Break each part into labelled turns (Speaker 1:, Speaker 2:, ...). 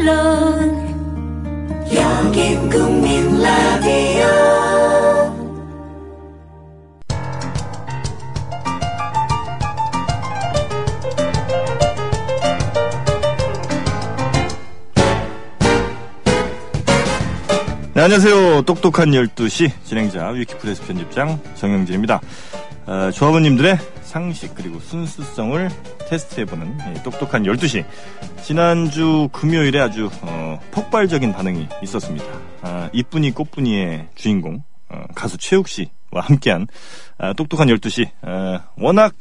Speaker 1: 물론 여긴 국민 라디오
Speaker 2: 네, 안녕하세요. 똑똑한 12시 진행자 위키프레스 편집장 정영진입니다. 어, 조합원님들의 상식 그리고 순수성을 테스트해보는 이 똑똑한 12시. 지난주 금요일에 아주 어, 폭발적인 반응이 있었습니다. 아, 이쁜이 꽃분이의 주인공 어, 가수 최욱 씨와 함께한 아, 똑똑한 12시 어, 워낙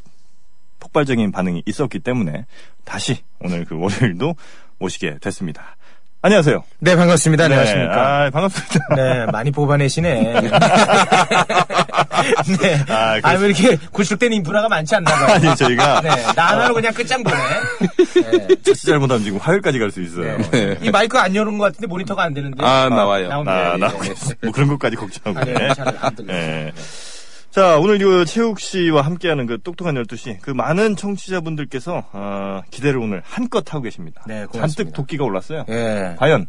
Speaker 2: 폭발적인 반응이 있었기 때문에 다시 오늘 그 월요일도 오시게 됐습니다. 안녕하세요.
Speaker 3: 네, 반갑습니다. 안녕하십니까.
Speaker 2: 네, 아, 반갑습니다.
Speaker 3: 네, 많이 뽑아내시네. 네.
Speaker 2: 아,
Speaker 3: 아,
Speaker 2: 그렇습니다.
Speaker 3: 왜 이렇게 구축된 인프라가 많지 않나 봐요.
Speaker 2: 아니 저희가
Speaker 3: 네, 나 하나로 그냥 끝장 보네.
Speaker 2: 자칫 잘못하면 지금 화요일까지 갈 수 있어요.
Speaker 3: 네. 이 마이크 안 여는 것 같은데 모니터가 안 되는데.
Speaker 4: 아, 나와요.
Speaker 2: 나
Speaker 3: 나온다.
Speaker 2: 나오고 있어. 뭐 그런 것까지 걱정하고.
Speaker 3: 네,
Speaker 2: 네.
Speaker 3: 잘안 들려.
Speaker 2: 예. 자 오늘 이 최욱 씨와 함께하는 그 똑똑한 12시 그 많은 청취자분들께서 어, 기대를 오늘 한껏 하고 계십니다.
Speaker 3: 네, 고맙습니다.
Speaker 2: 잔뜩 도끼가 올랐어요.
Speaker 3: 예.
Speaker 2: 과연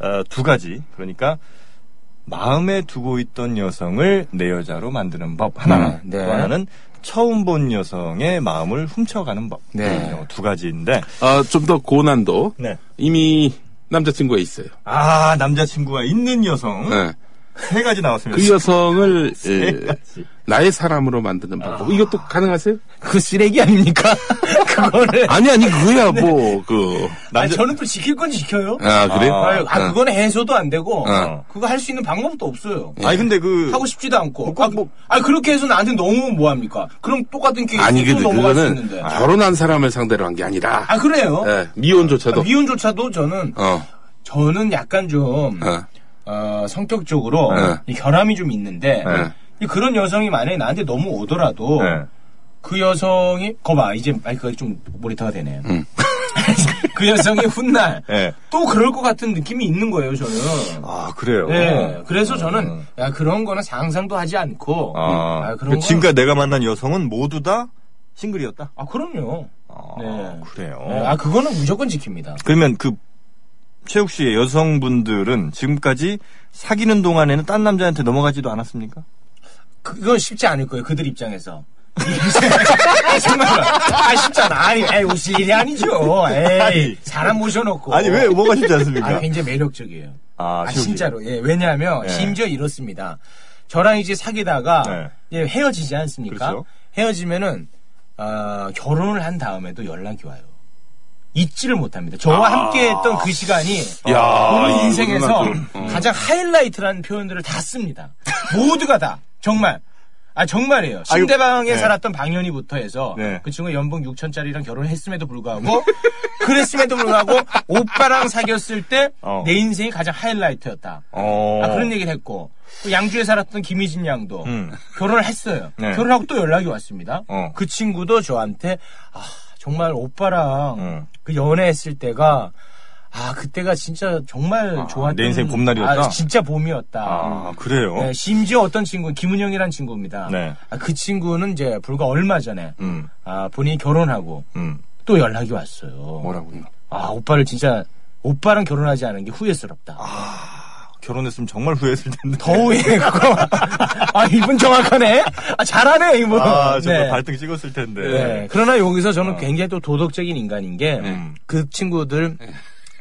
Speaker 2: 어, 두 가지 그러니까 마음에 두고 있던 여성을 내 여자로 만드는 법 하나,
Speaker 3: 음, 네.
Speaker 2: 또 하나는 처음 본 여성의 마음을 훔쳐가는 법.
Speaker 3: 네.
Speaker 2: 어, 두 가지인데
Speaker 4: 어, 좀 더 고난도. 이미 남자친구가 있어요.
Speaker 2: 아 남자친구가 있는 여성
Speaker 4: 네.
Speaker 2: 세 가지 나왔습니다.
Speaker 4: 그 여성을
Speaker 2: 세
Speaker 4: 예,
Speaker 2: 가지.
Speaker 4: 나의 사람으로 만드는 방법. 뭐 이것도 가능하세요?
Speaker 3: 그 쓰레기 아닙니까? 그거를.
Speaker 4: 아니, 아니, 그거야, 뭐, 그.
Speaker 3: 아니,
Speaker 2: 남자-
Speaker 3: 저는 또 지킬 건 지켜요.
Speaker 4: 아, 그래요?
Speaker 3: 아, 아, 그건 해소도 안 되고,
Speaker 4: 어.
Speaker 3: 그거 할 수 있는 방법도 없어요.
Speaker 2: 아니 근데 그
Speaker 3: 하고 싶지도 않고.
Speaker 2: 꼭
Speaker 3: 아,
Speaker 2: 뭐-
Speaker 3: 아, 그렇게 해서 나한테 너무 뭐합니까? 그럼 똑같은 케이스
Speaker 4: 아니, 그,
Speaker 3: 또 넘어갈 수
Speaker 4: 그거는
Speaker 3: 있는데.
Speaker 4: 결혼한 사람을 상대로 한 게 아니라.
Speaker 3: 아, 그래요? 아,
Speaker 4: 예, 미혼조차도.
Speaker 3: 미혼조차도 저는
Speaker 4: 어,
Speaker 3: 저는 약간 좀
Speaker 4: 어.
Speaker 3: 어, 성격적으로
Speaker 4: 네.
Speaker 3: 이 결함이 좀 있는데
Speaker 4: 네.
Speaker 3: 이 그런 여성이 만약에 나한테 너무 오더라도
Speaker 2: 네.
Speaker 3: 그 여성이 거봐 이제 마이크가 좀 모니터가 되네. 요
Speaker 4: 음.
Speaker 3: 그 여성이 훗날
Speaker 2: 네.
Speaker 3: 또 그럴 것 같은 느낌이 있는 거예요 저는.
Speaker 2: 아 그래요.
Speaker 3: 네, 그래서 저는 야 그런 거는 상상도 하지 않고
Speaker 2: 아,
Speaker 3: 아, 그런
Speaker 2: 그러니까
Speaker 3: 거
Speaker 2: 지금까지 내가 만난 여성은 모두 다 싱글이었다.
Speaker 3: 아 그럼요.
Speaker 2: 아,
Speaker 3: 네.
Speaker 2: 그래요.
Speaker 3: 네, 아 그거는 무조건 지킵니다.
Speaker 2: 그러면 그 최욱 씨의 여성분들은 지금까지 사귀는 동안에는 딴 남자한테 넘어가지도 않았습니까?
Speaker 3: 그건 쉽지 않을 거예요. 그들 입장에서. 아, 정말로. 아, 쉽잖아. 아니, 에이, 옷이 일이 아니죠. 에이,
Speaker 2: 아니.
Speaker 3: 사람 모셔놓고.
Speaker 2: 아니 왜 뭐가 쉽지
Speaker 3: 아,
Speaker 2: 않습니까?
Speaker 3: 굉장히 매력적이에요.
Speaker 2: 아,
Speaker 3: 아,
Speaker 2: 최욱 씨.
Speaker 3: 진짜로. 예, 왜냐하면,
Speaker 2: 예.
Speaker 3: 심지어 이렇습니다. 저랑 이제 사귀다가, 예, 헤어지지 않습니까?
Speaker 2: 네. 그렇죠.
Speaker 3: 헤어지면은, 어, 결혼을 한 다음에도 연락이 와요. 잊지를 못합니다. 저와
Speaker 2: 아.
Speaker 3: 함께 했던 그 시간이,
Speaker 4: 야,
Speaker 3: 오늘
Speaker 4: 이거는
Speaker 3: 인생에서
Speaker 4: 좀, 어.
Speaker 3: 가장 하이라이트라는 표현들을 다 씁니다. 모두가 다 정말 아 정말이에요.
Speaker 2: 아이고,
Speaker 3: 신대방에
Speaker 2: 네.
Speaker 3: 살았던 방연이부터 해서
Speaker 2: 네.
Speaker 3: 그 친구 연봉 6천짜리랑 결혼했음에도 불구하고 그랬음에도 불구하고 오빠랑 사귀었을 때 내
Speaker 2: 어.
Speaker 3: 인생이 가장 하이라이트였다.
Speaker 2: 어.
Speaker 3: 아 그런 얘기를 했고 또 양주에 살았던 김희진 양도
Speaker 2: 음.
Speaker 3: 결혼을 했어요.
Speaker 2: 네.
Speaker 3: 결혼하고 또 연락이 왔습니다.
Speaker 2: 어.
Speaker 3: 그 친구도 저한테 아 정말 오빠랑
Speaker 2: 음.
Speaker 3: 그 연애했을 때가 아 그때가 진짜 정말 좋았던
Speaker 2: 아, 내 인생 봄날이었다?
Speaker 3: 아, 진짜 봄이었다.
Speaker 2: 아 그래요.
Speaker 3: 네, 심지어 어떤 친구 김은영이란 친구입니다.
Speaker 2: 네.
Speaker 3: 아, 그 친구는 이제 불과 얼마 전에
Speaker 2: 음,
Speaker 3: 아, 본인이 결혼하고
Speaker 2: 음.
Speaker 3: 또 연락이 왔어요. 뭐라고요? 아 오빠를 진짜 오빠랑 결혼하지 않은 게 후회스럽다.
Speaker 2: 결혼했으면 정말 후회했을 텐데.
Speaker 3: 더우에 그거 아 이분 정확하네. 아 잘하네 이분.
Speaker 2: 아 정말
Speaker 3: 네.
Speaker 2: 발등 아. 찍었을 텐데.
Speaker 3: 네. 그러나 여기서 저는 굉장히 또 도덕적인 인간인 게,
Speaker 2: 음.
Speaker 3: 그 친구들,
Speaker 2: 네.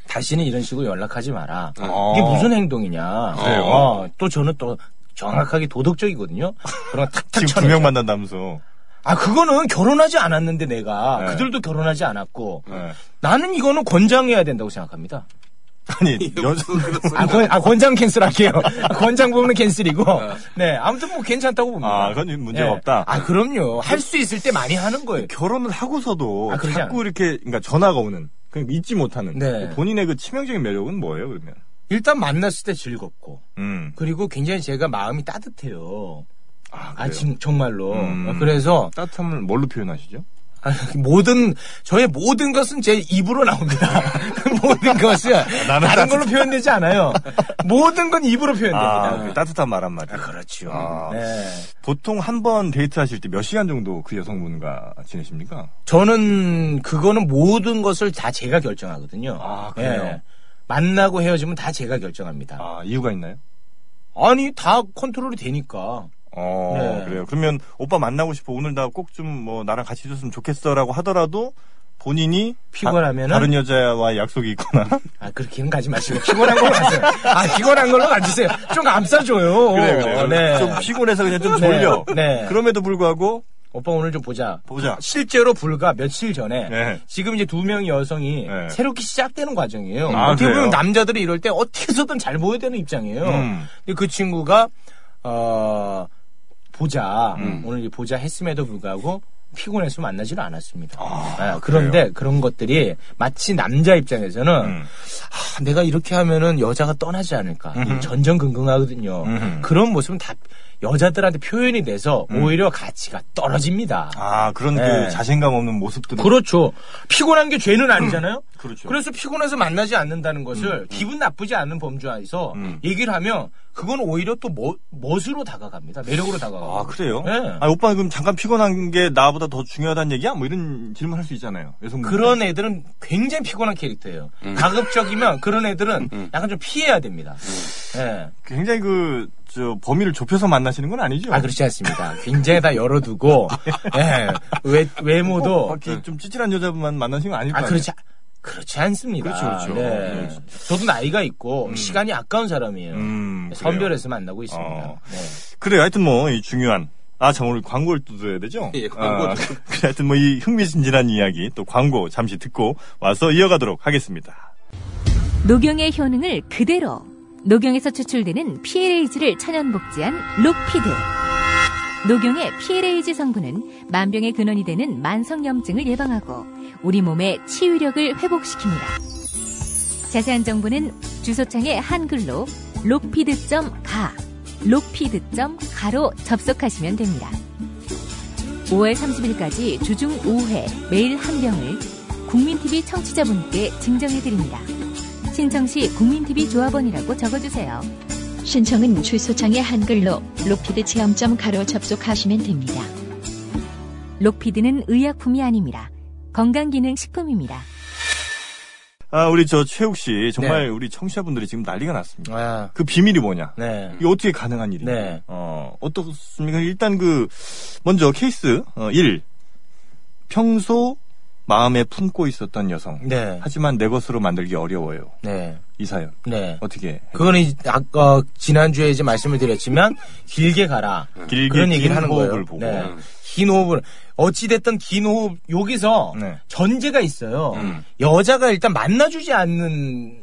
Speaker 3: 다시는 이런 식으로 연락하지 마라.
Speaker 2: 어.
Speaker 3: 이게 무슨 행동이냐.
Speaker 2: 그래요?
Speaker 3: 어, 또 저는 또 정확하게 도덕적이거든요. 그런 거 탁탁
Speaker 2: 지금
Speaker 3: 쳐내.
Speaker 2: 두 명 만난다면서.
Speaker 3: 아, 그거는 결혼하지 않았는데 내가.
Speaker 2: 네.
Speaker 3: 그들도 결혼하지 않았고.
Speaker 2: 네.
Speaker 3: 나는 이거는 권장해야 된다고 생각합니다.
Speaker 2: 아니 여성
Speaker 3: 아, 권, 아, 권장 캔슬할게요. 아, 권장 부분은 캔슬이고. 네, 아무튼 뭐 괜찮다고 봅니다.
Speaker 2: 아, 그건 문제가
Speaker 3: 네.
Speaker 2: 없다. 그
Speaker 3: 아, 그럼요. 할 수 있을 때 많이 하는 거예요.
Speaker 2: 결혼을 하고서도
Speaker 3: 아, 그러지
Speaker 2: 자꾸 이렇게 그러니까 전화가 오는 그냥 잊지 못하는
Speaker 3: 네.
Speaker 2: 본인의 그 치명적인 매력은 뭐예요 그러면?
Speaker 3: 일단 만났을 때 즐겁고.
Speaker 2: 음.
Speaker 3: 그리고 굉장히 제가 마음이 따뜻해요.
Speaker 2: 아,
Speaker 3: 아,
Speaker 2: 그래요?
Speaker 3: 지금 정말로.
Speaker 2: 음.
Speaker 3: 어, 그래서
Speaker 2: 따뜻함을 뭘로 표현하시죠?
Speaker 3: 아, 모든 저의 모든 것은 제 입으로 나옵니다. 모든 것은
Speaker 2: 아, 나는
Speaker 3: 다른 걸로 표현되지 않아요. 모든 건 입으로
Speaker 2: 아, 그
Speaker 3: 표현됩니다.
Speaker 2: 따뜻한 말 한마디.
Speaker 3: 네. 그렇죠.
Speaker 2: 아.
Speaker 3: 네.
Speaker 2: 보통 한 번 데이트하실 때 몇 시간 정도 그 여성분과 지내십니까?
Speaker 3: 저는 그거는 모든 것을 다 제가 결정하거든요.
Speaker 2: 아, 그래요?
Speaker 3: 예. 만나고 헤어지면 다 제가 결정합니다.
Speaker 2: 아, 이유가 있나요?
Speaker 3: 아니 다 컨트롤이 되니까.
Speaker 2: 어,
Speaker 3: 네.
Speaker 2: 그래요. 그러면 오빠 만나고 싶어. 오늘 나 꼭 좀 뭐 나랑 같이 해줬으면 좋겠어라고 하더라도 본인이
Speaker 3: 피곤하면은?
Speaker 2: 다, 른 여자와 약속이 있거나
Speaker 3: 아 그렇게는 가지 마시고 피곤한 걸로 가세요. 아 피곤한 걸로 가주세요. 좀 감싸줘요. 어, 네.
Speaker 2: 좀 피곤해서 그냥 좀
Speaker 3: 네,
Speaker 2: 졸려.
Speaker 3: 네.
Speaker 2: 그럼에도 불구하고
Speaker 3: 오빠 오늘 좀 보자.
Speaker 2: 보자.
Speaker 3: 실제로 불과 며칠 전에
Speaker 2: 네.
Speaker 3: 지금 이제 두 명의 여성이
Speaker 2: 네.
Speaker 3: 새롭게 시작되는 과정이에요.
Speaker 2: 아,
Speaker 3: 어떻게
Speaker 2: 그래요?
Speaker 3: 보면 남자들이 이럴 때 어떻게 해서든 잘 보여야 되는 입장이에요.
Speaker 2: 음.
Speaker 3: 근데 그 친구가 어 보자
Speaker 2: 음.
Speaker 3: 오늘 이 보자 했음에도 불구하고 피곤해서 만나지를 않았습니다. 아, 그런데 그런 것들이 마치 남자 입장에서는
Speaker 2: 음.
Speaker 3: 아, 내가 이렇게 하면은 여자가 떠나지 않을까 이 전전긍긍하거든요.
Speaker 2: 음흠. 음.
Speaker 3: 그런 모습은 다 여자들한테 표현이 돼서 오히려 가치가 떨어집니다.
Speaker 2: 아, 그런
Speaker 3: 네.
Speaker 2: 그 자신감 없는 모습들.
Speaker 3: 그렇죠. 피곤한 게 죄는 아니잖아요.
Speaker 2: 그렇죠.
Speaker 3: 그래서 피곤해서 만나지 않는다는 것을 기분 나쁘지 않은 범주 안에서
Speaker 2: 음.
Speaker 3: 얘기를 하면 그건 오히려 또 멋, 멋으로 다가갑니다. 매력으로 다가가고.
Speaker 2: 아, 그래요?
Speaker 3: 네.
Speaker 2: 아, 오빠 그럼 잠깐 피곤한 게 나보다 더 중요하다는 얘기야? 뭐 이런 질문 할 수 있잖아요. 여성분.
Speaker 3: 그런 애들은 굉장히 피곤한 캐릭터예요.
Speaker 2: 음.
Speaker 3: 가급적이면 그런 애들은 약간 좀 피해야 됩니다.
Speaker 2: 음.
Speaker 3: 예.
Speaker 2: 굉장히 그, 저, 범위를 좁혀서 만나시는 건 아니죠?
Speaker 3: 아, 그렇지 않습니다. 굉장히 다 열어두고, 예. 외,
Speaker 2: 꼭
Speaker 3: 외모도.
Speaker 2: 밖에 좀 찌질한 여자분만 만나시는 건 아닐
Speaker 3: 네. 아,
Speaker 2: 거아요
Speaker 3: 그렇지, 않- 그렇지 않습니다.
Speaker 4: 그렇죠, 그렇죠.
Speaker 3: 네.
Speaker 4: 네.
Speaker 3: 저도 나이가 있고, 시간이 아까운 사람이에요.
Speaker 2: 어, 음, 그래요.
Speaker 3: 선별해서 만나고 있습니다.
Speaker 2: 어.
Speaker 3: 네.
Speaker 2: 그래요. 하여튼 뭐, 이 중요한. 아, 참, 오늘 광고를 또 줘야 되죠?
Speaker 4: 예, 광고를.
Speaker 2: 아, 그래, 하여튼 뭐, 이 흥미진진한 이야기, 또 광고 잠시 듣고 와서 이어가도록 하겠습니다.
Speaker 5: 녹용의 효능을 그대로 녹용에서 추출되는 PLAG를 천연복지한 록피드 녹용의 PLAG 성분은 만병의 근원이 되는 만성염증을 예방하고 우리 몸의 치유력을 회복시킵니다 자세한 정보는 주소창에 한글로 록피드.가 록피드.가로 접속하시면 됩니다 5월 30일까지 주중 5회 매일 한 병을 국민TV 청취자분께 증정해드립니다 신청 시 국민TV 조합원이라고 적어주세요.
Speaker 6: 신청은 주소창에 한글로 로피드 체험점 가로 접속하시면 됩니다.
Speaker 5: 록피드는 의약품이 아닙니다. 건강기능식품입니다.
Speaker 2: 아, 우리 저 최욱 씨, 정말
Speaker 3: 네.
Speaker 2: 우리 청취자분들이 지금 난리가 났습니다.
Speaker 3: 아,
Speaker 2: 그 비밀이 뭐냐?
Speaker 3: 네.
Speaker 2: 이게 어떻게 가능한 일이냐?
Speaker 3: 네.
Speaker 2: 어, 어떻습니까? 일단 그, 먼저 케이스, 어, 1. 평소 마음에 품고 있었던 여성.
Speaker 3: 네.
Speaker 2: 하지만 내 것으로 만들기 어려워요.
Speaker 3: 네.
Speaker 2: 이 사연.
Speaker 3: 네.
Speaker 2: 어떻게.
Speaker 3: 그거는 이제 아까 지난주에 이제 말씀을 드렸지만 길게 가라.
Speaker 2: 음. 길게
Speaker 3: 그런 얘기를
Speaker 2: 긴
Speaker 3: 하는
Speaker 2: 호흡을
Speaker 3: 거예요.
Speaker 2: 보고. 음.
Speaker 3: 네. 긴 호흡을 어찌 됐든 긴 호흡 여기서
Speaker 2: 네. 음.
Speaker 3: 전제가 있어요. 여자가 일단 만나 주지 않는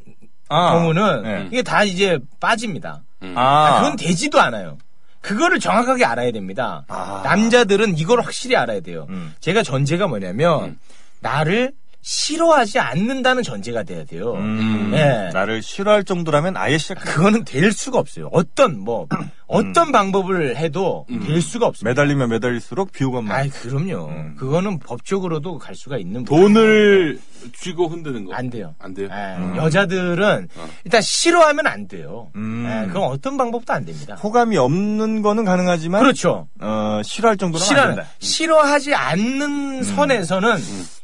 Speaker 2: 아,
Speaker 3: 경우는
Speaker 2: 네.
Speaker 3: 이게 다 이제 빠집니다.
Speaker 2: 아,
Speaker 3: 그건 되지도 않아요. 그거를 정확하게 알아야 됩니다.
Speaker 2: 아.
Speaker 3: 남자들은 이걸 확실히 알아야 돼요.
Speaker 2: 음.
Speaker 3: 제가 전제가 뭐냐면 나를 싫어하지 않는다는 전제가 돼야 돼요.
Speaker 2: 음,
Speaker 3: 예.
Speaker 2: 나를 싫어할 정도라면 아예 시작.
Speaker 3: 그거는 될 수가 없어요. 어떤 뭐
Speaker 2: 음.
Speaker 3: 어떤 방법을 해도 될 수가 없어요.
Speaker 2: 매달리면 매달릴수록 비호감만.
Speaker 3: 아이 그럼요.
Speaker 2: 음.
Speaker 3: 그거는 법적으로도 갈 수가 있는
Speaker 4: 돈을 쥐고 흔드는 거.
Speaker 3: 안 돼요.
Speaker 4: 안 돼요.
Speaker 3: 예, 여자들은 일단 싫어하면 안 돼요.
Speaker 2: 어. 음.
Speaker 3: 예, 그건 어떤 방법도 안 됩니다.
Speaker 2: 호감이 없는 거는 가능하지만
Speaker 3: 그렇죠.
Speaker 2: 어, 싫어할 정도는 안
Speaker 3: 싫어
Speaker 2: 된다. 음.
Speaker 3: 싫어하지 않는 선에서는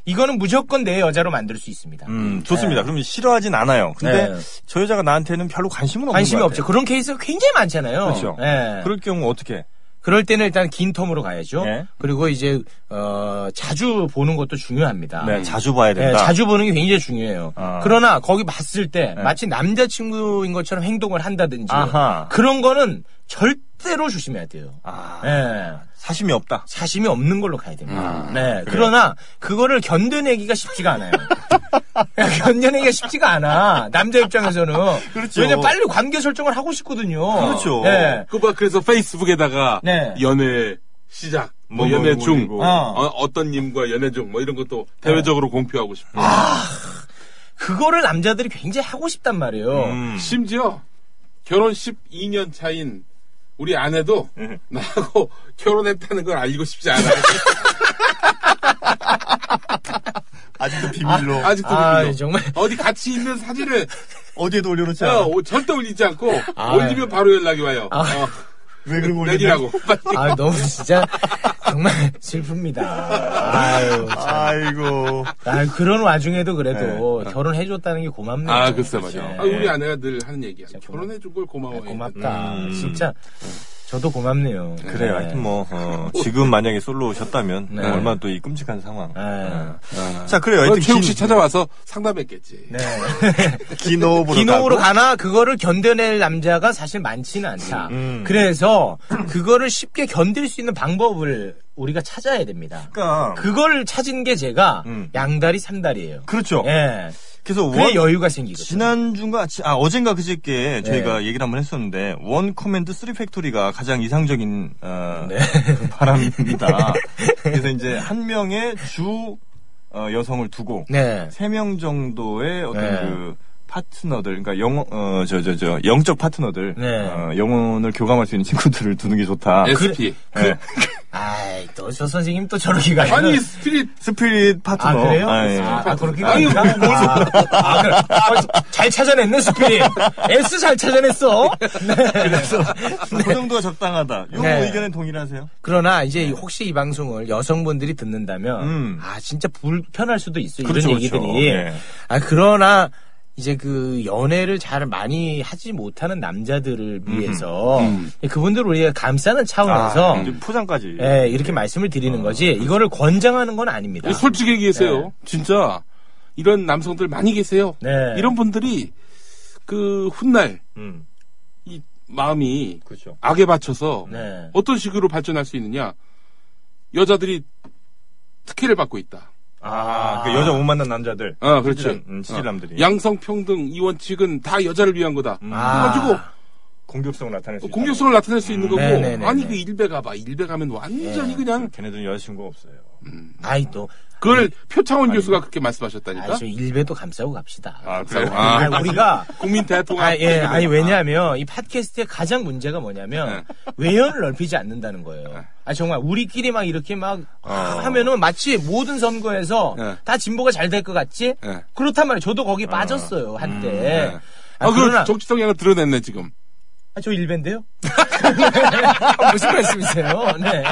Speaker 3: 이거는 무조건 내 여자로 만들 수 있습니다.
Speaker 2: 음, 좋습니다.
Speaker 3: 예.
Speaker 2: 그럼 싫어하진 않아요. 근데
Speaker 3: 네.
Speaker 2: 저 여자가 나한테는 별로 관심은 없는
Speaker 3: 관심이
Speaker 2: 것
Speaker 3: 없죠.
Speaker 2: 같아요.
Speaker 3: 그런 케이스가 굉장히 많잖아요.
Speaker 2: 그렇죠.
Speaker 3: 예.
Speaker 2: 그럴 경우 어떻게?
Speaker 3: 그럴 때는 일단 긴 텀으로 가야죠.
Speaker 2: 예.
Speaker 3: 그리고 이제 어, 자주 보는 것도 중요합니다.
Speaker 2: 네, 자주 봐야
Speaker 3: 예,
Speaker 2: 된다.
Speaker 3: 자주 보는 게 굉장히 중요해요.
Speaker 2: 아.
Speaker 3: 그러나 거기 봤을 때
Speaker 2: 네.
Speaker 3: 마치 남자친구인 것처럼 행동을 한다든지
Speaker 2: 아하.
Speaker 3: 그런 거는 절대로 조심해야 돼요.
Speaker 2: 아,
Speaker 3: 예.
Speaker 2: 사심이 없다.
Speaker 3: 사심이 없는 걸로 가야 됩니다.
Speaker 4: 아,
Speaker 3: 네. 그러나 그거를 견뎌내기가 쉽지가 않아요. 견뎌내기가 쉽지가 않아. 남자 입장에서는.
Speaker 2: 그렇죠.
Speaker 3: 왜냐 면 빨리 관계 설정을 하고 싶거든요.
Speaker 2: 그렇죠.
Speaker 3: 네.
Speaker 4: 그봐 그래서 페이스북에다가
Speaker 3: 네.
Speaker 4: 연애 시작,
Speaker 2: 뭐,
Speaker 4: 뭐,
Speaker 2: 뭐,
Speaker 4: 연애
Speaker 2: 뭐,
Speaker 4: 중,
Speaker 2: 뭐.
Speaker 4: 어. 어떤 님과 연애 중, 뭐 이런 것도 대외적으로 공표하고 싶어.
Speaker 3: 그거를 남자들이 굉장히 하고 싶단 말이에요.
Speaker 2: 음.
Speaker 4: 심지어 결혼 12년 차인 우리 아내도 나하고 결혼했다는 걸 알리고 싶지 않아.
Speaker 2: 아직도 비밀로
Speaker 4: 아직도
Speaker 3: 아,
Speaker 4: 그래요.
Speaker 3: 정말.
Speaker 4: 어디 같이 있는 사진을
Speaker 2: 어디에도 올려놓지
Speaker 4: 어,
Speaker 2: 않아.
Speaker 4: 오- 절대 올리지 않고
Speaker 3: 아,
Speaker 4: 올리면 바로 연락이 와요. 어,
Speaker 2: 왜 그런 걸
Speaker 4: 내리라고.
Speaker 3: 아 너무 진짜 정말 슬픕니다. 아유,
Speaker 2: 아이고.
Speaker 3: 아 그런 와중에도 그래도
Speaker 2: 네,
Speaker 3: 결혼해줬다는 게 고맙네요.
Speaker 4: 아, 글쎄 맞아.
Speaker 3: 예.
Speaker 4: 아, 우리 아내가 늘 하는 얘기야.
Speaker 3: 진짜 아,
Speaker 4: 결혼해 준 걸 고마워해.
Speaker 3: 네, 고맙다.
Speaker 2: 음.
Speaker 3: 진짜 저도 고맙네요.
Speaker 2: 그래요.
Speaker 3: 네.
Speaker 2: 하여튼 뭐, 어, 지금 만약에 솔로셨다면,
Speaker 3: 네.
Speaker 2: 얼마나 또 이 끔찍한 상황.
Speaker 3: 네.
Speaker 2: 예. 자, 그래요.
Speaker 4: 그건
Speaker 2: 하여튼
Speaker 4: 최욱 씨
Speaker 2: 긴-
Speaker 4: 찾아와서 상담했겠지.
Speaker 3: 네.
Speaker 2: 긴 호흡으로. 가고.
Speaker 3: 기농으로 가나 그거를 견뎌낼 남자가 사실 많지는 않다.
Speaker 2: 음.
Speaker 3: 그래서 그거를 쉽게 견딜 수 있는 방법을 우리가 찾아야 됩니다.
Speaker 2: 그러니까.
Speaker 3: 그걸 찾은 게 제가
Speaker 2: 음.
Speaker 3: 양다리 삼다리예요.
Speaker 2: 그렇죠.
Speaker 3: 예.
Speaker 2: 그래서
Speaker 3: 그래
Speaker 2: 원,
Speaker 3: 여유가 생기거든요.
Speaker 2: 지난주인가, 지- 아, 어젠가 그저께 저희가 얘기를 한번 했었는데, 원 커맨드 쓰리 팩토리가 가장 이상적인, 어,
Speaker 3: 네.
Speaker 2: 바람입니다. 그래서 이제 한 명의 주, 어, 여성을 두고,
Speaker 3: 네.
Speaker 2: 세 명 정도의 어떤
Speaker 3: 네.
Speaker 2: 그 파트너들, 그러니까 영, 어, 저, 저, 저, 영적 파트너들,
Speaker 3: 네.
Speaker 2: 어, 영혼을 교감할 수 있는 친구들을 두는 게 좋다.
Speaker 4: SP.
Speaker 2: 네.
Speaker 3: 아이, 또 저 선생님 또 저렇게 가요.
Speaker 4: 아니 스피릿
Speaker 2: 스피릿 파트너.
Speaker 3: 아, 그래요?
Speaker 2: 아, 예.
Speaker 3: 아, 그렇게
Speaker 4: 아니,
Speaker 3: 가요?
Speaker 2: 뭐,
Speaker 3: 아, 아, 그래. 어, 잘 찾아냈네, 스피릿. S 잘 찾아냈어. 네. 그래서.
Speaker 2: 그 정도가 적당하다. 요
Speaker 3: 네.
Speaker 2: 의견에 동일하세요?
Speaker 3: 그러나 이제 혹시 이 방송을 여성분들이 듣는다면
Speaker 2: 네. 음.
Speaker 3: 아 진짜 불편할 수도 있어요
Speaker 2: 그렇죠,
Speaker 3: 이런
Speaker 2: 그렇죠.
Speaker 3: 얘기들이
Speaker 2: 예.
Speaker 3: 아 그러나 이제 그 연애를 잘 많이 하지 못하는 남자들을 위해서 그분들 을 우리가 감싸는 차원에서
Speaker 2: 음. 아, 어. 이제 포장까지.
Speaker 3: 예, 이렇게 말씀을 드리는 거지 이거를 권장하는 건 아닙니다
Speaker 4: 솔직히 얘기하세요. 진짜 이런 남성들 많이 계세요.
Speaker 3: 네.
Speaker 4: 이런 분들이 그 훗날
Speaker 2: 음,
Speaker 4: 이 마음이
Speaker 2: 그렇죠.
Speaker 4: 악에 받쳐서
Speaker 3: 네.
Speaker 4: 어떤 식으로 발전할 수 있느냐. 여자들이 특혜를 받고 있다.
Speaker 2: 아, 그 여자 못 만난 남자들.
Speaker 4: 아, 그렇죠.
Speaker 2: 음, 치질남들이.
Speaker 4: 양성평등 이 원칙은 다 여자를 위한 거다. 그래가지고
Speaker 3: 아,
Speaker 2: 공격성을 나타낼 수 있다.
Speaker 4: 어, 공격성을 나타낼 수 있는 거고
Speaker 3: 네, 네, 네,
Speaker 4: 아니
Speaker 3: 네.
Speaker 4: 그 일베 가봐 일베 가면 완전히 그냥
Speaker 2: 걔네들은 여자친구 없어요.
Speaker 3: 아이 또
Speaker 4: 그걸 표창원 교수가 그렇게 말씀하셨다니까
Speaker 3: 아이 저 일배도 감싸고 갑시다
Speaker 2: 아, 그래요?
Speaker 3: 아, 우리가
Speaker 4: 국민 대통령
Speaker 3: 아, 예. 아니, 왜냐하면, 이 팟캐스트의 가장 문제가 뭐냐면, 외연을 넓히지 않는다는 거예요. 아, 정말, 우리끼리 막 이렇게 막, 하면은 마치 모든 선거에서
Speaker 4: 네.
Speaker 3: 다 진보가 잘 될 것 같지?
Speaker 4: 네.
Speaker 3: 그렇단 말이에요. 저도 거기 빠졌어요, 한때. 아,
Speaker 4: 아,
Speaker 3: 그러나,
Speaker 4: 그 정치 성향을 드러냈네 지금
Speaker 3: 아, 저 일배인데요? 무슨 말씀이세요? 네.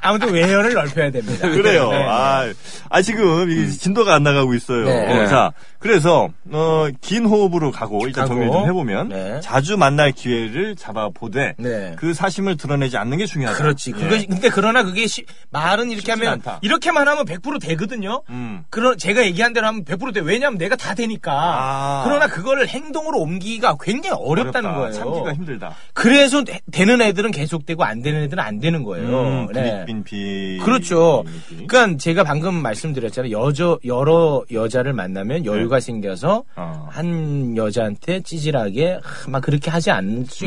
Speaker 3: 아무튼 외연을 넓혀야 됩니다.
Speaker 2: 그래요.
Speaker 3: 네.
Speaker 2: 아, 아, 지금 이 진도가 안 나가고 있어요.
Speaker 3: 네.
Speaker 2: 어, 자, 그래서 어, 긴 호흡으로 가고 일단
Speaker 3: 가고.
Speaker 2: 정리 좀 해보면
Speaker 3: 네.
Speaker 2: 자주 만날 기회를 잡아보되
Speaker 3: 네.
Speaker 2: 그 사심을 드러내지 않는 게 중요하다.
Speaker 3: 그렇지. 그거 근데 그러나 그게 시- 말은 이렇게 하면
Speaker 2: 않다.
Speaker 3: 이렇게만 하면 100% 되거든요.
Speaker 2: 음.
Speaker 3: 그런 제가 얘기한 대로 하면 100%돼. 왜냐하면 내가 다 되니까.
Speaker 2: 아.
Speaker 3: 그러나 그거를 행동으로 옮기기가 굉장히 어렵다는
Speaker 2: 어렵다.
Speaker 3: 거예요.
Speaker 2: 참기가 힘들다.
Speaker 3: 그래서 되- 되는 애들은 계속되고 안 되는 애들은 안 되는 거예요.
Speaker 2: 음,
Speaker 3: 네.
Speaker 2: 빈 비.
Speaker 3: 그렇죠.
Speaker 2: 비-
Speaker 3: 그러니까 제가 방금 말씀드렸잖아요. 여저 여러 여자를 만나면
Speaker 2: 네.
Speaker 3: 여유가 생겨서
Speaker 2: 어.
Speaker 3: 한 여자한테 찌질하게 아, 막 그렇게 하지 않을 수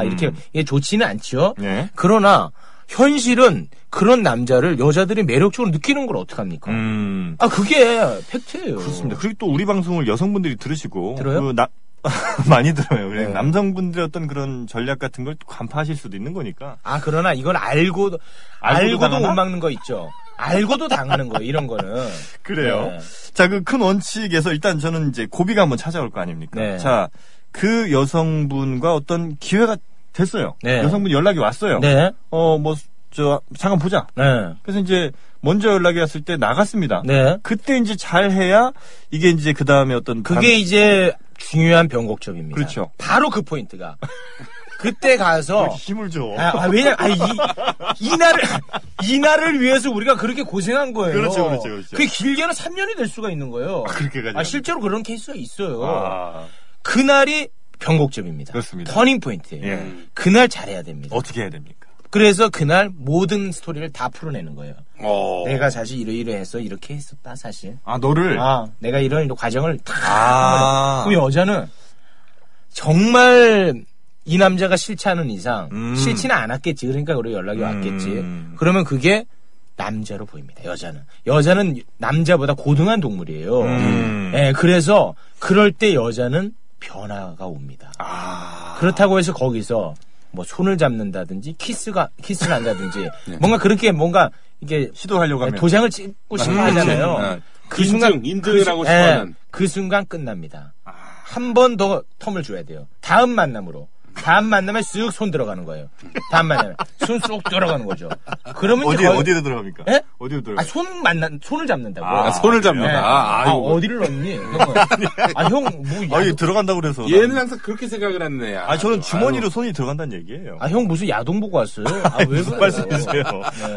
Speaker 2: 음, 음,
Speaker 3: 이렇게 이게 좋지는 않죠.
Speaker 2: 네.
Speaker 3: 그러나 현실은 그런 남자를 여자들이 매력적으로 느끼는 걸 어떡합니까?
Speaker 2: 음.
Speaker 3: 아 그게 팩트예요.
Speaker 2: 그렇습니다. 그리고 또 우리 방송을 여성분들이 들으시고
Speaker 3: 들어요?
Speaker 2: 그 나- 많이 들어요. 그냥
Speaker 3: 네.
Speaker 2: 남성분들의 어떤 그런 전략 같은 걸 간파하실 수도 있는 거니까.
Speaker 3: 아 그러나 이걸 알고도
Speaker 2: 알고도
Speaker 3: 알고도,
Speaker 2: 당하나?
Speaker 3: 못 막는 거 있죠. 알고도 당하는 거예요. 이런 거는.
Speaker 2: 그래요.
Speaker 3: 네.
Speaker 2: 자, 그 큰 원칙에서 일단 저는 이제 고비가 한번 찾아올 거 아닙니까?
Speaker 3: 네.
Speaker 2: 자, 그 여성분과 어떤 기회가 됐어요.
Speaker 3: 네.
Speaker 2: 여성분 연락이 왔어요.
Speaker 3: 네.
Speaker 2: 어, 뭐, 저, 잠깐 보자.
Speaker 3: 네.
Speaker 2: 그래서 이제 먼저 연락이 왔을 때 나갔습니다.
Speaker 3: 네.
Speaker 2: 그때 이제 잘 해야 이게 이제 그 다음에 어떤
Speaker 3: 그게 이제 중요한 변곡점입니다.
Speaker 2: 그렇죠.
Speaker 3: 바로 그 포인트가. 그때 가서
Speaker 2: 방- 힘을 줘.
Speaker 3: 아, 아, 왜냐, 아, 이, 이날을, 이날을 위해서 우리가 그렇게 고생한 거예요.
Speaker 2: 그렇죠, 그렇죠, 그렇죠.
Speaker 3: 게 길게는 3년이 될 수가 있는 거예요. 아,
Speaker 2: 그렇게까지 합니다.
Speaker 3: 실제로 그런 케이스가 있어요.
Speaker 2: 아,
Speaker 3: 그날이 변곡점입니다.
Speaker 2: 그렇습니다.
Speaker 3: 터닝 포인트예요.
Speaker 2: 예.
Speaker 3: 그날 잘해야 됩니다.
Speaker 2: 어떻게 해야 됩니까?
Speaker 3: 그래서 그날 모든 스토리를 다 풀어내는 거예요.
Speaker 4: 어.
Speaker 3: 내가 사실 이러이러해서 이렇게 했었다 사실.
Speaker 2: 아, 너를.
Speaker 3: 아, 내가 이런 이런 과정을 다
Speaker 2: 아.
Speaker 3: 그 여자는 정말 이 남자가 싫지 않은 이상
Speaker 2: 음.
Speaker 3: 싫지는 않았겠지. 그러니까 우리 연락이 왔겠지. 그러면 그게 남자로 보입니다. 여자는 여자는 남자보다 고등한 동물이에요.
Speaker 2: 음.
Speaker 3: 예, 그래서 그럴 때 여자는 변화가 옵니다.
Speaker 2: 아.
Speaker 3: 그렇다고 해서 거기서 뭐 손을 잡는다든지 키스가 키스를 한다든지
Speaker 4: 네.
Speaker 3: 뭔가 그렇게 뭔가 이게
Speaker 2: 시도하려고 하면.
Speaker 3: 도장을 찍고 싶어 하잖아요. 그
Speaker 4: 음, 인증, 인증을 하고
Speaker 3: 예,
Speaker 4: 싶어하는. 아.
Speaker 3: 그 순간 끝납니다. 한 번 더 텀을 줘야 돼요. 다음 만남으로. 다음 만나면 쓱 손 들어가는 거예요. 다음 만나면 손 쑥 들어가는 거죠. 그러면
Speaker 2: 어디
Speaker 3: 이제 거의-
Speaker 2: 어디로 들어갑니까?
Speaker 3: 예?
Speaker 2: 어디로 들어가?
Speaker 3: 아, 손 만난 손을 잡는다고.
Speaker 2: 아,
Speaker 4: 아, 손을 잡니다.
Speaker 3: 네.
Speaker 4: 아,
Speaker 3: 아,
Speaker 4: 아이고.
Speaker 3: 어디를 넣니? 이런 거. 아, 형, 뭐,
Speaker 2: 아, 이
Speaker 3: 야동,
Speaker 2: 들어간다고 그래서.
Speaker 4: 얘는
Speaker 2: 나는-
Speaker 4: 항상 그렇게 생각을 하는 애야.
Speaker 2: 아, 저는 주머니로 손이 들어간다는 얘기예요.
Speaker 3: 아, 형 무슨 야동 보고 왔어요? 아, 왜
Speaker 2: 무슨
Speaker 3: 그래요?
Speaker 2: 말씀이세요?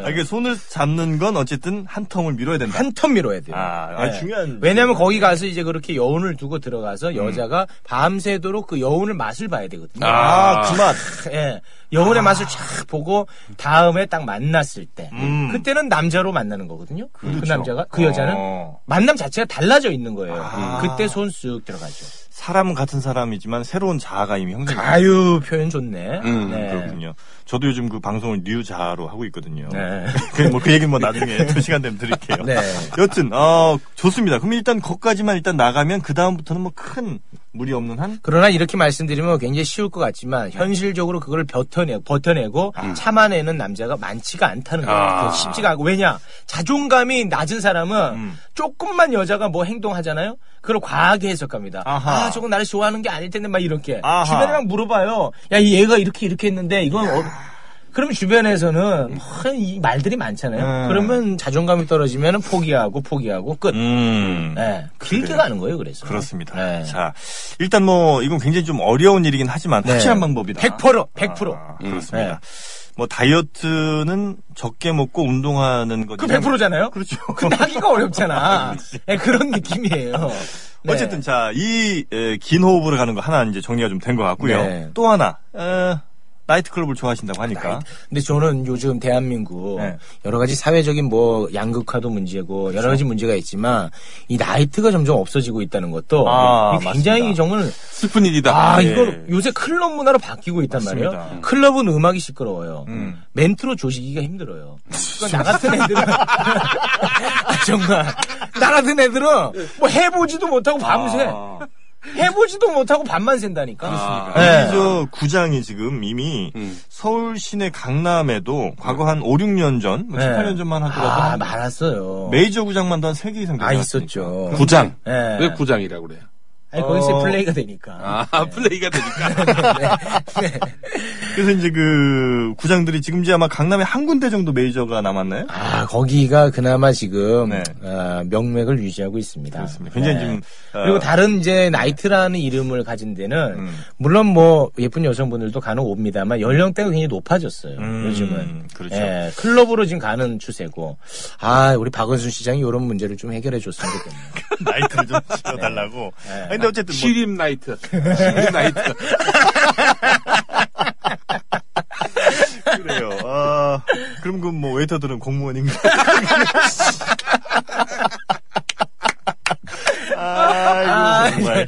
Speaker 2: 아, 이게 손을 잡는 건 어쨌든 한 텀을 밀어야 된다.
Speaker 3: 네. 한 텀 밀어야 돼요. 네.
Speaker 2: 아, 아, 중요한. 음.
Speaker 3: 왜냐면 거기 가서 이제 그렇게 여운을 두고 들어가서 여자가 밤새도록 그 여운을 맛을 봐야 되거든요.
Speaker 2: 아, 그 맛. 아.
Speaker 3: 예. 여운의 맛을 쫙 보고 다음에 딱 만났을 때
Speaker 2: 음.
Speaker 3: 그때는 남자로 만나는 거거든요. 그 남자가 그
Speaker 2: 어. 아.
Speaker 3: 여자는 만남 자체가 달라져 있는 거예요. 그때 손 쑥 들어가죠.
Speaker 2: 사람은 같은 사람이지만 새로운 자아가 이미 형성이
Speaker 3: 아유 표현 좋네.
Speaker 4: 음,
Speaker 3: 네.
Speaker 2: 그렇군요. 저도 요즘 그 방송을 뉴자로 하고 있거든요.
Speaker 3: 네.
Speaker 2: 그, 뭐, 그 얘기는 뭐 나중에 두 시간 되면 드릴게요.
Speaker 3: 네.
Speaker 2: 여튼, 어, 좋습니다. 그럼 일단 거기까지만 일단 나가면 그다음부터는 뭐 큰 무리 없는 한?
Speaker 3: 그러나 이렇게 말씀드리면 굉장히 쉬울 것 같지만
Speaker 2: 네.
Speaker 3: 현실적으로 그걸 버텨내, 버텨내고
Speaker 2: 음.
Speaker 3: 참아내는 남자가 많지가 않다는 거예요.
Speaker 4: 아.
Speaker 3: 그게 쉽지가 않고 왜냐 자존감이 낮은 사람은
Speaker 2: 음.
Speaker 3: 조금만 여자가 뭐 행동하잖아요. 그걸 과하게 해석합니다.
Speaker 2: 아하.
Speaker 3: 아 저건 나를 좋아하는 게 아닐 텐데 막 이렇게
Speaker 2: 아하.
Speaker 3: 주변에 막 물어봐요. 야 이 얘가 이렇게 이렇게 했는데 이건 어, 그럼 주변에서는 뭐이 말들이 많잖아요.
Speaker 2: 음.
Speaker 3: 그러면 자존감이 떨어지면 포기하고 포기하고 끝.
Speaker 2: 음. 네.
Speaker 3: 예, 길게
Speaker 2: 그래요.
Speaker 3: 가는 거예요. 그래서
Speaker 2: 그렇습니다.
Speaker 3: 예.
Speaker 2: 자, 일단 뭐, 이건 굉장히 좀 어려운 일이긴 하지만
Speaker 3: 네.
Speaker 2: 확실한 방법이다.
Speaker 3: 100% 100%.
Speaker 2: 아, 그렇습니다. 뭐, 다이어트는 적게 먹고 운동하는 것
Speaker 3: 그 100%잖아요.
Speaker 2: 그렇죠.
Speaker 3: 근데 하기가 어렵잖아. 예, 그런 느낌이에요. 네.
Speaker 2: 아, 어쨌든 자, 이 긴 호흡으로 가는 거 하나 이제 정리가 좀 된 것 같고요.
Speaker 3: 네.
Speaker 2: 또 하나 어, 나이트클럽을 좋아하신다고 하니까
Speaker 3: 근데 저는 요즘 대한민국
Speaker 2: 네.
Speaker 3: 여러 가지 사회적인 뭐 양극화도 문제고
Speaker 2: 그렇죠.
Speaker 3: 여러 가지 문제가 있지만 이 나이트가 점점 없어지고 있다는 것도
Speaker 2: 아,
Speaker 3: 이게 굉장히
Speaker 2: 맞습니다.
Speaker 3: 정말
Speaker 4: 슬픈 일이다.
Speaker 3: 아,
Speaker 2: 예.
Speaker 3: 이걸 요새 클럽 문화로 바뀌고 있단
Speaker 2: 맞습니다.
Speaker 3: 말이에요.
Speaker 2: 음.
Speaker 3: 클럽은 음악이 시끄러워요.
Speaker 2: 음.
Speaker 3: 멘트로 조지기가 힘들어요. 그러니까 나 같은 애들은 아, 정말 나 같은 애들은 뭐 해보지도 못하고 밤새
Speaker 2: 아.
Speaker 3: 해보지도 못하고 밤만 샌다니까.
Speaker 4: 그렇습니까?
Speaker 3: 예.
Speaker 2: 이저 구장이 지금 이미
Speaker 4: 음.
Speaker 2: 서울 시내 강남에도 과거 한 5, 6년 전, 뭐
Speaker 3: 네.
Speaker 2: 18년 전만 하더라도
Speaker 3: 아,
Speaker 2: 한
Speaker 3: 많았어요.
Speaker 2: 메이저 구장만도 한 3개 이상 되지
Speaker 3: 아,
Speaker 2: 않았습니까?
Speaker 3: 있었죠.
Speaker 4: 구장.
Speaker 3: 예.
Speaker 4: 왜 구장이라고 그래요?
Speaker 3: 아니, 거기서
Speaker 2: 어.
Speaker 3: 플레이가 되니까.
Speaker 4: 아, 플레이가 되니까.
Speaker 2: 그래서 이제 그 구장들이 지금 이제 아마 강남에 한 군데 정도 메이저가 남았나요?
Speaker 3: 아, 거기가 그나마 지금
Speaker 2: 네.
Speaker 3: 아, 명맥을 유지하고 있습니다.
Speaker 2: 그렇습니다. 굉장히
Speaker 3: 네.
Speaker 2: 지금 어,
Speaker 3: 그리고 다른 이제 나이트라는 이름을 가진 데는
Speaker 2: 음.
Speaker 3: 물론 뭐 예쁜 여성분들도 간혹 옵니다만 연령대가 굉장히 높아졌어요.
Speaker 2: 음,
Speaker 3: 요즘은
Speaker 2: 그렇죠.
Speaker 3: 예, 클럽으로 지금 가는 추세고 아 우리 박원순 시장이 이런 문제를 좀 해결해 줬으면 좋겠네요.
Speaker 2: 나이트를 좀 지어달라고.
Speaker 3: 네.
Speaker 2: 아니, 근데 어쨌든 뭐
Speaker 4: 시림 나이트. 시림 나이트.
Speaker 2: 그래요. 아, 그럼 그 뭐 웨이터들은 공무원인가? 아이고 정말.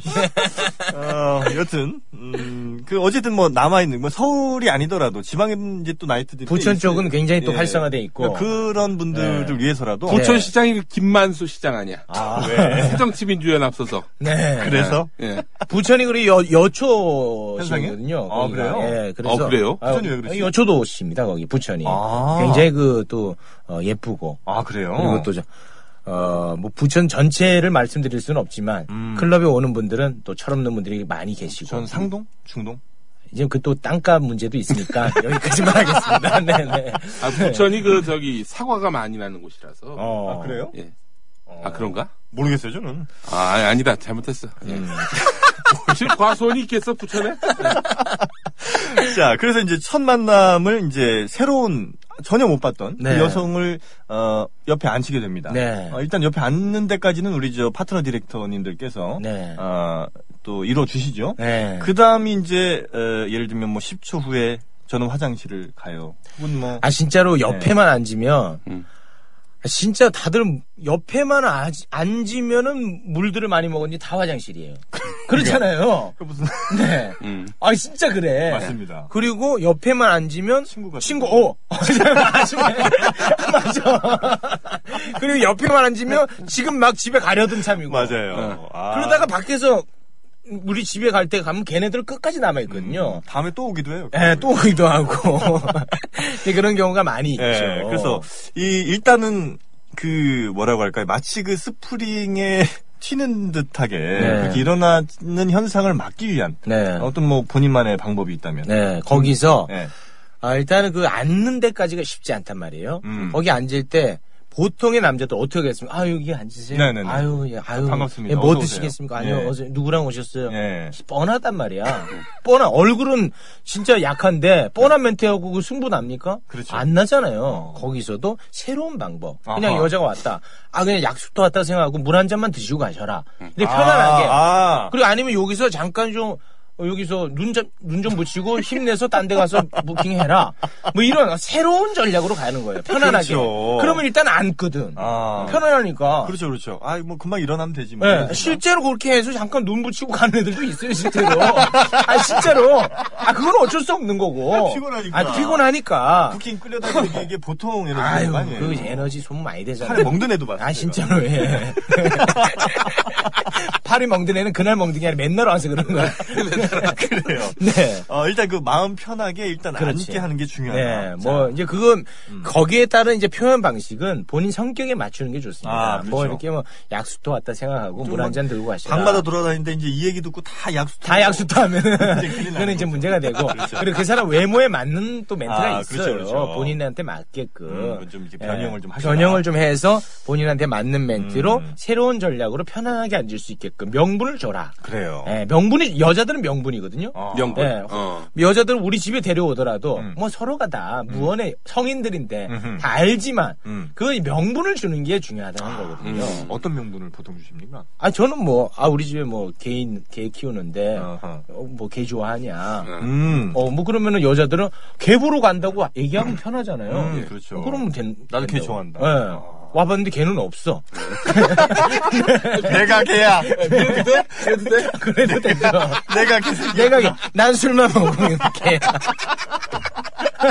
Speaker 2: 어, 여튼 음, 그 어쨌든 뭐 남아 있는 뭐 서울이 아니더라도 지방에 이제 또 나이트들이
Speaker 3: 부천
Speaker 2: 있-
Speaker 3: 쪽은 굉장히 또
Speaker 2: 예.
Speaker 3: 활성화돼 있고.
Speaker 2: 그러니까 그런 분들을 위해서라도
Speaker 3: 네.
Speaker 4: 부천시장이 그 김만수 시장 아니야.
Speaker 2: 아, 왜?
Speaker 4: 새정치민주연 앞서서.
Speaker 3: 네.
Speaker 2: 그래서
Speaker 4: 예.
Speaker 3: 부천이 그리 여, 여초
Speaker 2: 현상이요?
Speaker 3: 시거든요.
Speaker 2: 아, 그래요?
Speaker 3: 예, 그래서
Speaker 4: 아, 그래요?
Speaker 2: 부천이 왜 그러지?
Speaker 3: 여초도 시입니다. 거기 부천이.
Speaker 2: 아.
Speaker 3: 굉장히 그 또 예쁘고
Speaker 2: 아 그래요.
Speaker 3: 그리고 또 저- 어, 뭐 부천 전체를 말씀드릴 수는 없지만 클럽에 오는 분들은 또 철없는 분들이 많이 계시고
Speaker 2: 전 음. 상동 중동
Speaker 3: 지금 그 또 땅값 문제도 있으니까 여기까지만 하겠습니다. 네네.
Speaker 4: 아, 부천이 그, 저기, 사과가 많이 나는 곳이라서.
Speaker 3: 네. 어.
Speaker 4: 예. 아, 그런가?
Speaker 2: 모르겠어요 저는.
Speaker 4: 아, 아니다. 잘못했어. 예.
Speaker 3: 음.
Speaker 4: 혹시 과수원이 있겠어, 부천에?
Speaker 2: 자, 그래서 이제 첫 만남을 이제 새로운 전혀 못 봤던 그
Speaker 3: 네.
Speaker 2: 여성을 어, 옆에 앉히게 됩니다.
Speaker 3: 네.
Speaker 2: 어, 일단 옆에 앉는 데까지는 우리 저 파트너 디렉터님들께서
Speaker 3: 네.
Speaker 2: 어, 또 이뤄 주시죠.
Speaker 3: 네.
Speaker 2: 그 다음이 이제 어, 예를 들면 뭐 10초 후에 저는 화장실을 가요. 혹은 뭐
Speaker 3: 아 진짜로
Speaker 2: 네.
Speaker 3: 옆에만 앉으면
Speaker 4: 음.
Speaker 3: 진짜 다들 옆에만 아- 앉으면은 물들을 많이 먹었는지 다 화장실이에요.
Speaker 2: 그러니까.
Speaker 3: 그렇잖아요.
Speaker 2: 그 무슨
Speaker 3: 네.
Speaker 4: 음.
Speaker 3: 아 진짜 그래.
Speaker 2: 맞습니다.
Speaker 3: 그리고 옆에만 앉으면
Speaker 2: 친구가
Speaker 3: 친구 어 맞아 맞아 그리고 옆에만 앉으면 지금 막 집에 가려던 참이고
Speaker 2: 맞아요. 아,
Speaker 3: 네. 그러다가 밖에서 우리 집에 갈 때 가면 걔네들 끝까지 남아 있거든요.
Speaker 2: 다음에 또 오기도 해요.
Speaker 3: 예, 또 오기도 하고 네, 그런 경우가 많이 있죠.
Speaker 2: 예, 그래서 이 일단은 그 뭐라고 할까요? 마치 그 스프링의 튀는 듯하게
Speaker 3: 네.
Speaker 2: 그렇게 일어나는 현상을 막기 위한
Speaker 3: 네.
Speaker 2: 어떤 뭐 본인만의 방법이 있다면.
Speaker 3: 네, 거기서
Speaker 2: 네.
Speaker 3: 아, 일단은 그 앉는 데까지가 쉽지 않단 말이에요.
Speaker 2: 음.
Speaker 3: 거기 앉을 때 보통의 남자도 어떻게 하겠습니까? 아유, 여기 앉으세요.
Speaker 2: 네네네.
Speaker 3: 아유, 예, 아유.
Speaker 2: 반갑습니다.
Speaker 3: 예, 뭐
Speaker 2: 어서 오세요.
Speaker 3: 드시겠습니까? 아니요,
Speaker 2: 예.
Speaker 3: 어제 누구랑 오셨어요?
Speaker 2: 예.
Speaker 3: 뻔하단 말이야. 뻔한 얼굴은 진짜 약한데 뻔한 멘트하고 그 승부 납니까?
Speaker 2: 그렇죠.
Speaker 3: 안 나잖아요. 거기서도 새로운 방법. 그냥
Speaker 2: 아하.
Speaker 3: 여자가 왔다. 아 그냥 약속도 왔다 생각하고 물 한 잔만 드시고 가셔라. 근데
Speaker 2: 아,
Speaker 3: 편안하게.
Speaker 2: 아,
Speaker 3: 그리고 아니면 여기서 잠깐 좀 어, 여기서 눈좀눈좀 붙이고 힘내서 딴 데 가서 부킹해라. 뭐 이런 새로운 전략으로 가는 거예요. 편안하게.
Speaker 2: 그렇죠.
Speaker 3: 러면 일단 앉거든.
Speaker 2: 아.
Speaker 3: 편안하니까.
Speaker 2: 그렇죠, 그렇죠. 아, 뭐 금방 일어나면 되지. 뭐.
Speaker 3: 예, 실제로 그렇게 해서 잠깐 눈 붙이고 가는 애들도 있어요, 실제로. 아, 실제로. 아, 그건 어쩔 수 없는 거고.
Speaker 2: 아, 피곤하니까.
Speaker 3: 아, 피곤하니까.
Speaker 2: 쿠킹 끌려다니는 이게 보통
Speaker 3: 아유,
Speaker 2: 에너지가 아니에요.
Speaker 3: 그 에너지 소모 많이 되잖아요.
Speaker 2: 팔에 멍든 애도 봤어요.
Speaker 3: 아, 진짜로, 예. 팔이 멍든 애는 그날 멍든 게 아니라 맨날 와서 그런 거야.
Speaker 2: 그래요.
Speaker 3: 네.
Speaker 2: 어, 일단 그 마음 편하게 일단
Speaker 3: 그렇지.
Speaker 2: 앉게 하는 게 중요하다.
Speaker 3: 네,
Speaker 2: 자, 음.
Speaker 3: 뭐 이제 그건 거기에 따른 이제 표현 방식은 본인 성격에 맞추는 게 좋습니다.
Speaker 2: 아, 그렇죠.
Speaker 3: 뭐 이렇게 뭐 약수터 왔다 생각하고 물
Speaker 2: 막
Speaker 3: 한 잔 들고 가시라.
Speaker 2: 방마다 돌아다니는데 이제 이 얘기 듣고 다 약수.
Speaker 3: 다 약수터 하면은
Speaker 2: 이제 큰일
Speaker 3: 그거는 이제
Speaker 2: 나는 그렇죠.
Speaker 3: 문제가 되고 그리고 그 사람 외모에 맞는 또 멘트가
Speaker 2: 아,
Speaker 3: 있어요.
Speaker 2: 그렇죠, 그렇죠.
Speaker 3: 본인한테 맞게끔 예.
Speaker 2: 음, 좀 이렇게 변형을 좀 하시라.
Speaker 3: 변형을 좀 해서 본인한테 맞는 멘트로
Speaker 2: 음.
Speaker 3: 새로운 전략으로 편안하게 앉을 수 있게끔 명분을 줘라.
Speaker 2: 그래요.
Speaker 3: 예, 명분이 여자들은 명분이거든요.
Speaker 2: 어.
Speaker 4: 명분.
Speaker 3: 네.
Speaker 4: 어.
Speaker 3: 여자들은 우리 집에 데려오더라도
Speaker 2: 음.
Speaker 3: 뭐 서로가 다 무언의 성인들인데
Speaker 2: 음흠.
Speaker 3: 다 알지만
Speaker 2: 음. 아,
Speaker 3: 그 명분을 주는 게 중요하다는 거거든요.
Speaker 4: 음.
Speaker 2: 어떤 명분을 보통 주십니까?
Speaker 3: 아 저는 뭐 아 우리 집에 뭐 개인 개 키우는데
Speaker 2: 어허.
Speaker 3: 뭐개 좋아하냐.
Speaker 2: 음.
Speaker 3: 어 뭐 그러면은 여자들은 개 보러 간다고 얘기하면 편하잖아요.
Speaker 2: 음,
Speaker 3: 예.
Speaker 2: 그렇죠.
Speaker 3: 그러면 된.
Speaker 2: 나도 개
Speaker 3: 된다고.
Speaker 2: 좋아한다.
Speaker 3: 예.
Speaker 2: 아.
Speaker 3: 와봤는데 개는 없어. 어,
Speaker 2: 내가 개야.
Speaker 4: 그래도 돼?
Speaker 3: 그래도 된다.
Speaker 2: 내가 개. 새끼야.
Speaker 3: 내가 개- 난 술만 먹으면 개야.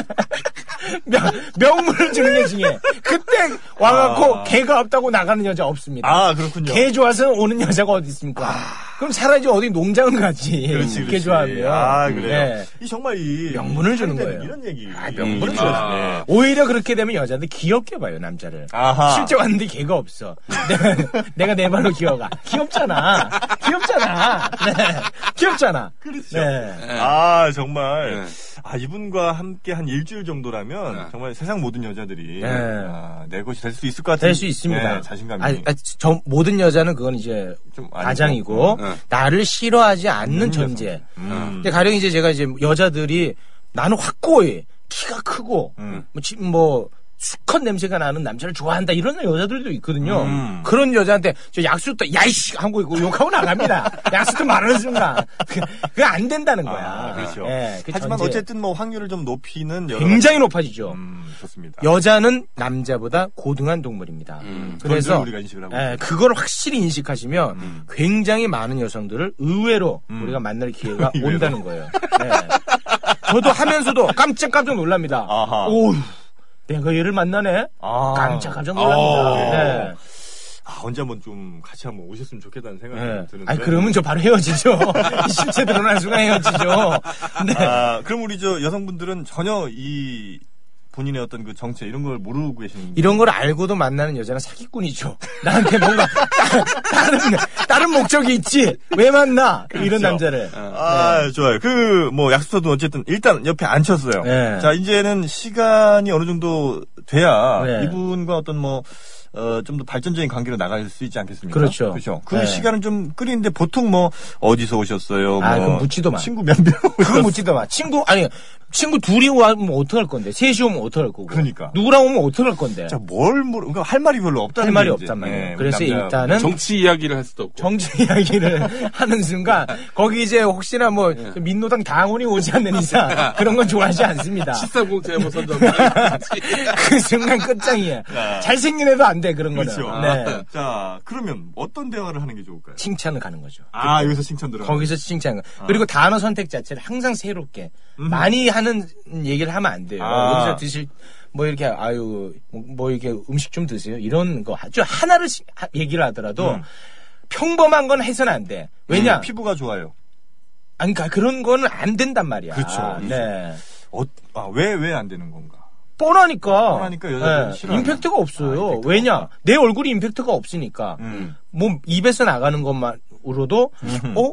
Speaker 3: 명, 명물을 주는 게 중요해. 그때 와갖고
Speaker 2: 아.
Speaker 3: 개가 없다고 나가는 여자 없습니다.
Speaker 2: 아 그렇군요.
Speaker 3: 개 좋아서 오는 여자가 어디 있습니까? 그럼 차라리 어디 농장 가지.
Speaker 2: 그렇지,
Speaker 3: 개
Speaker 2: 그렇지.
Speaker 3: 좋아하면.
Speaker 2: 아 그래요.
Speaker 3: 네.
Speaker 2: 이 정말 이
Speaker 3: 명분을 주는
Speaker 2: 사람들은
Speaker 3: 거예요.
Speaker 2: 이런 얘기.
Speaker 3: 아, 명분을
Speaker 2: 음.
Speaker 3: 줘야 돼.
Speaker 2: 아.
Speaker 3: 오히려 그렇게 되면 여자들 귀엽게 봐요 남자를.
Speaker 2: 아하.
Speaker 3: 실제 왔는데 개가 없어. 내가, 내가 내 발로 기어가. 귀엽잖아. 귀엽잖아. 네. 귀엽잖아. 그렇죠. 네.
Speaker 2: 아 정말
Speaker 4: 네.
Speaker 2: 아 이분과 함께 한 일주일 정도라면
Speaker 4: 네.
Speaker 2: 정말 세상 모든 여자들이
Speaker 3: 네.
Speaker 2: 아, 내 것이 될 수 있을 것 같은
Speaker 3: 될 수 있습니다.
Speaker 2: 네, 자신감이
Speaker 3: 아, 아, 저- 모든 여자는 그건 이제
Speaker 2: 좀 아니고. 어,
Speaker 3: 가장이고
Speaker 4: 네.
Speaker 3: 나를 싫어하지 않는 존재.
Speaker 2: 음.
Speaker 3: 근데 가령 이제 제가 이제 여자들이 나는 확고해 키가 크고
Speaker 2: 음.
Speaker 3: 뭐, 지- 뭐 수컷 냄새가 나는 남자를 좋아한다 이런 여자들도 있거든요.
Speaker 2: 음.
Speaker 3: 그런 여자한테 저 약수도 야이씨 하고 있고 욕하고 나갑니다. 약수도 말하는 순간 그거 안 된다는 거야.
Speaker 2: 아, 그렇죠.
Speaker 3: 예, 그
Speaker 2: 하지만
Speaker 3: 전제.
Speaker 2: 어쨌든 뭐 확률을 좀 높이는 여러
Speaker 3: 굉장히 높아지죠.
Speaker 2: 가지- 음, 좋습니다.
Speaker 3: 여자는 남자보다 고등한 동물입니다.
Speaker 4: 음,
Speaker 3: 그래서
Speaker 2: 그건 우리가 인식을 하고 음.
Speaker 3: 예, 그걸 확실히 인식하시면 굉장히 많은 여성들을 의외로 우리가 만날 기회가
Speaker 2: 의외로.
Speaker 3: 온다는 거예요. 네. 저도 하면서도 깜짝깜짝 놀랍니다.
Speaker 2: 아하.
Speaker 3: 오우, 내가 얘를 만나네.
Speaker 2: 아.
Speaker 3: 깜짝깜짝
Speaker 2: 아.
Speaker 3: 놀랍니다. 네.
Speaker 2: 아, 언제 한번 좀 같이 한번 오셨으면 좋겠다는 생각이
Speaker 3: 네.
Speaker 2: 드는데.
Speaker 3: 아니 그러면 저 바로 헤어지죠. 이 실체 드러날 순간 헤어지죠. 네.
Speaker 2: 아, 그럼 우리 저 여성분들은 전혀 이 본인의 어떤 그 정체 이런 걸 모르고 계시는
Speaker 3: 이런 걸 알고도 만나는 여자는 사기꾼이죠. 나한테 뭔가 다른 다른 목적이 있지. 왜 만나? 이런
Speaker 2: 그렇죠.
Speaker 3: 남자를.
Speaker 2: 아, 좋아요. 그 뭐 약수터도 어쨌든 일단 옆에 앉혔어요.
Speaker 3: 네.
Speaker 2: 자, 이제는 시간이 어느 정도 돼야
Speaker 3: 네.
Speaker 2: 이분과 어떤 뭐 어, 좀 더 발전적인 관계로 나갈 수 있지 않겠습니까?
Speaker 3: 그렇죠.
Speaker 2: 그렇죠. 그
Speaker 3: 네.
Speaker 2: 시간은 좀 끓이는데 보통 뭐 어디서 오셨어요?
Speaker 3: 아,
Speaker 2: 뭐
Speaker 3: 그건 묻지도 마.
Speaker 2: 친구 몇 명.
Speaker 3: 그거 묻지도 마. 친구 아니 친구 둘이 오면 어떡할 건데? 셋이 오면 어떡할 거고?
Speaker 2: 그러니까.
Speaker 3: 누구랑 오면 어떡할 건데?
Speaker 2: 자, 뭘 모르, 그러니까 할 말이 별로 없다는
Speaker 3: 할 말이
Speaker 2: 게 이제,
Speaker 3: 없단 말이에요.
Speaker 2: 예,
Speaker 3: 그래서
Speaker 2: 남자-
Speaker 3: 일단은
Speaker 4: 정치 이야기를 할 수도 없고.
Speaker 3: 네. 정치 이야기를 하는 순간 거기 이제 혹시나 뭐
Speaker 2: 예.
Speaker 3: 민노당 당원이 오지 않는 이상 그런 건 좋아하지 않습니다.
Speaker 4: 730 제보 선정. 같이.
Speaker 3: 그 순간 끝장이에요. 잘생긴 애도 안 돼 그런 거는.
Speaker 2: 아. 그렇죠.
Speaker 3: 네.
Speaker 2: 자, 그러면 어떤 대화를 하는 게 좋을까요?
Speaker 3: 칭찬을 가는 거죠.
Speaker 2: 아, 여기서 칭찬 들어.
Speaker 3: 거기서 칭찬.
Speaker 2: 아.
Speaker 3: 그리고 단어 선택 자체를 항상 새롭게 많이 하는 얘기를 하면 안 돼요.
Speaker 2: 아.
Speaker 3: 여기서 드실 뭐 이렇게 아유 뭐, 뭐 이렇게 음식 좀 드세요 이런 거 아주 하나를 시- 하- 얘기를
Speaker 2: 음.
Speaker 3: 하더라도 평범한 건 해서는 안 돼. 왜냐?
Speaker 2: 네, 피부가 좋아요.
Speaker 3: 아니, 그러니까 그런 거는 안 된단 말이야.
Speaker 2: 그렇죠.
Speaker 3: 네.
Speaker 2: 어, 아, 왜, 왜 안 되는 건가?
Speaker 3: 뻔하니까.
Speaker 2: 뻔하니까 여자들은
Speaker 3: 예,
Speaker 2: 싫어하나?
Speaker 3: 임팩트가 없어요.
Speaker 2: 아, 임팩트가
Speaker 3: 왜냐?
Speaker 2: 없다.
Speaker 3: 내 얼굴이 임팩트가 없으니까.
Speaker 2: 음.
Speaker 3: 몸, 입에서 나가는 것만으로도, 어?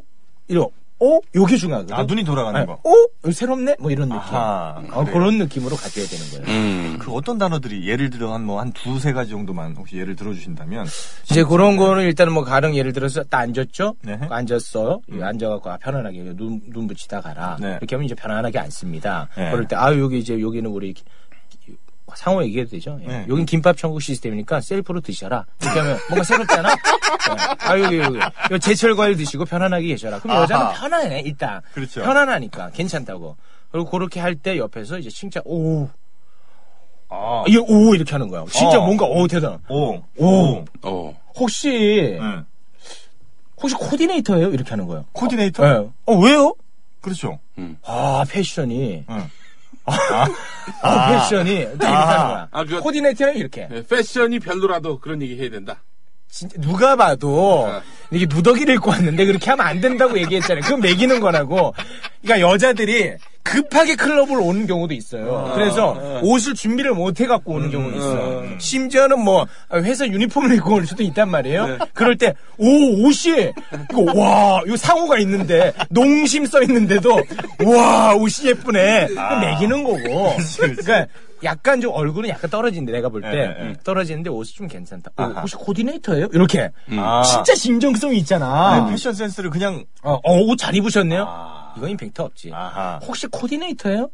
Speaker 3: 이러, 어? 요게 중요하거든.
Speaker 2: 아, 눈이 돌아가는
Speaker 3: 예,
Speaker 2: 거.
Speaker 3: 어? 이거 새롭네? 뭐 이런 느낌.
Speaker 2: 아하,
Speaker 3: 어,
Speaker 2: 그래요.
Speaker 3: 그런 느낌으로 가져야 되는 거예요. 음.
Speaker 2: 그 어떤 단어들이 예를 들어 한 뭐 한 두세 가지 정도만 혹시 예를 들어 주신다면
Speaker 3: 이제 그런 거는 일단은 뭐 가령 예를 들어서 딱 앉았죠?
Speaker 2: 네.
Speaker 3: 앉았어요? 앉아갖고 아, 편안하게 눈, 눈 붙이다 가라.
Speaker 2: 네.
Speaker 3: 이렇게 하면 이제 편안하게 앉습니다.
Speaker 2: 네.
Speaker 3: 그럴 때, 아, 여기 이제 여기는 우리 기- 기- 상호 얘기해도 되죠? 예.
Speaker 2: 네.
Speaker 3: 여긴 김밥 천국 시스템이니까 셀프로 드셔라. 이렇게 하면 뭔가 새롭잖아? 네. 아, 여기, 여기. 여기 제철 과일 드시고 편안하게 계셔라. 그럼 여자는 편안해, 일단.
Speaker 2: 그렇죠.
Speaker 3: 편안하니까 괜찮다고. 그리고 그렇게 할 때 옆에서 이제 칭찬, 오,
Speaker 4: 어.
Speaker 2: 아,
Speaker 3: 이게 오, 이렇게 하는 거야. 진짜
Speaker 2: 어.
Speaker 3: 뭔가, 오, 대단.
Speaker 2: 오,
Speaker 3: 오.
Speaker 4: 어.
Speaker 3: 혹시,
Speaker 2: 음.
Speaker 3: 혹시 코디네이터예요? 이렇게 하는 거예요.
Speaker 2: 코디네이터?
Speaker 3: 예. 어 왜요?
Speaker 2: 그렇죠.
Speaker 3: 아 패션이.
Speaker 2: 응.
Speaker 3: 아, 패션이 딱 이렇게 하는 거야.
Speaker 4: 아, 그거-
Speaker 3: 코디네이터는 이렇게.
Speaker 4: 네, 패션이 별로라도 그런 얘기 해야 된다.
Speaker 3: 진짜 누가 봐도 이게 누더기를 입고 왔는데 그렇게 하면 안 된다고 얘기했잖아요. 그건 매기는 거라고. 그러니까 여자들이 급하게 클럽을 오는 경우도 있어요. 그래서 옷을 준비를 못 해갖고 오는 경우도 있어요. 심지어는 뭐 회사 유니폼을 입고 올 수도 있단 말이에요. 그럴 때, 오, 옷이, 이거, 와, 이 상호가 있는데, 농심 써 있는데도, 와, 옷이 예쁘네. 그거 매기는 거고. 아. 그러니까 약간 좀 얼굴은 약간 떨어진데, 내가 볼 때.
Speaker 2: 예, 예, 예.
Speaker 3: 떨어지는데 옷이 좀 괜찮다. 어,
Speaker 2: 아하.
Speaker 3: 혹시 코디네이터예요? 이렇게. 음.
Speaker 2: 아.
Speaker 3: 진짜 진정성이 있잖아.
Speaker 2: 아니, 네, 패션 센스를 그냥
Speaker 3: 어, 옷 잘 입으셨네요?
Speaker 2: 아.
Speaker 3: 이건 임팩트 없지.
Speaker 2: 아하.
Speaker 3: 혹시 코디네이터예요?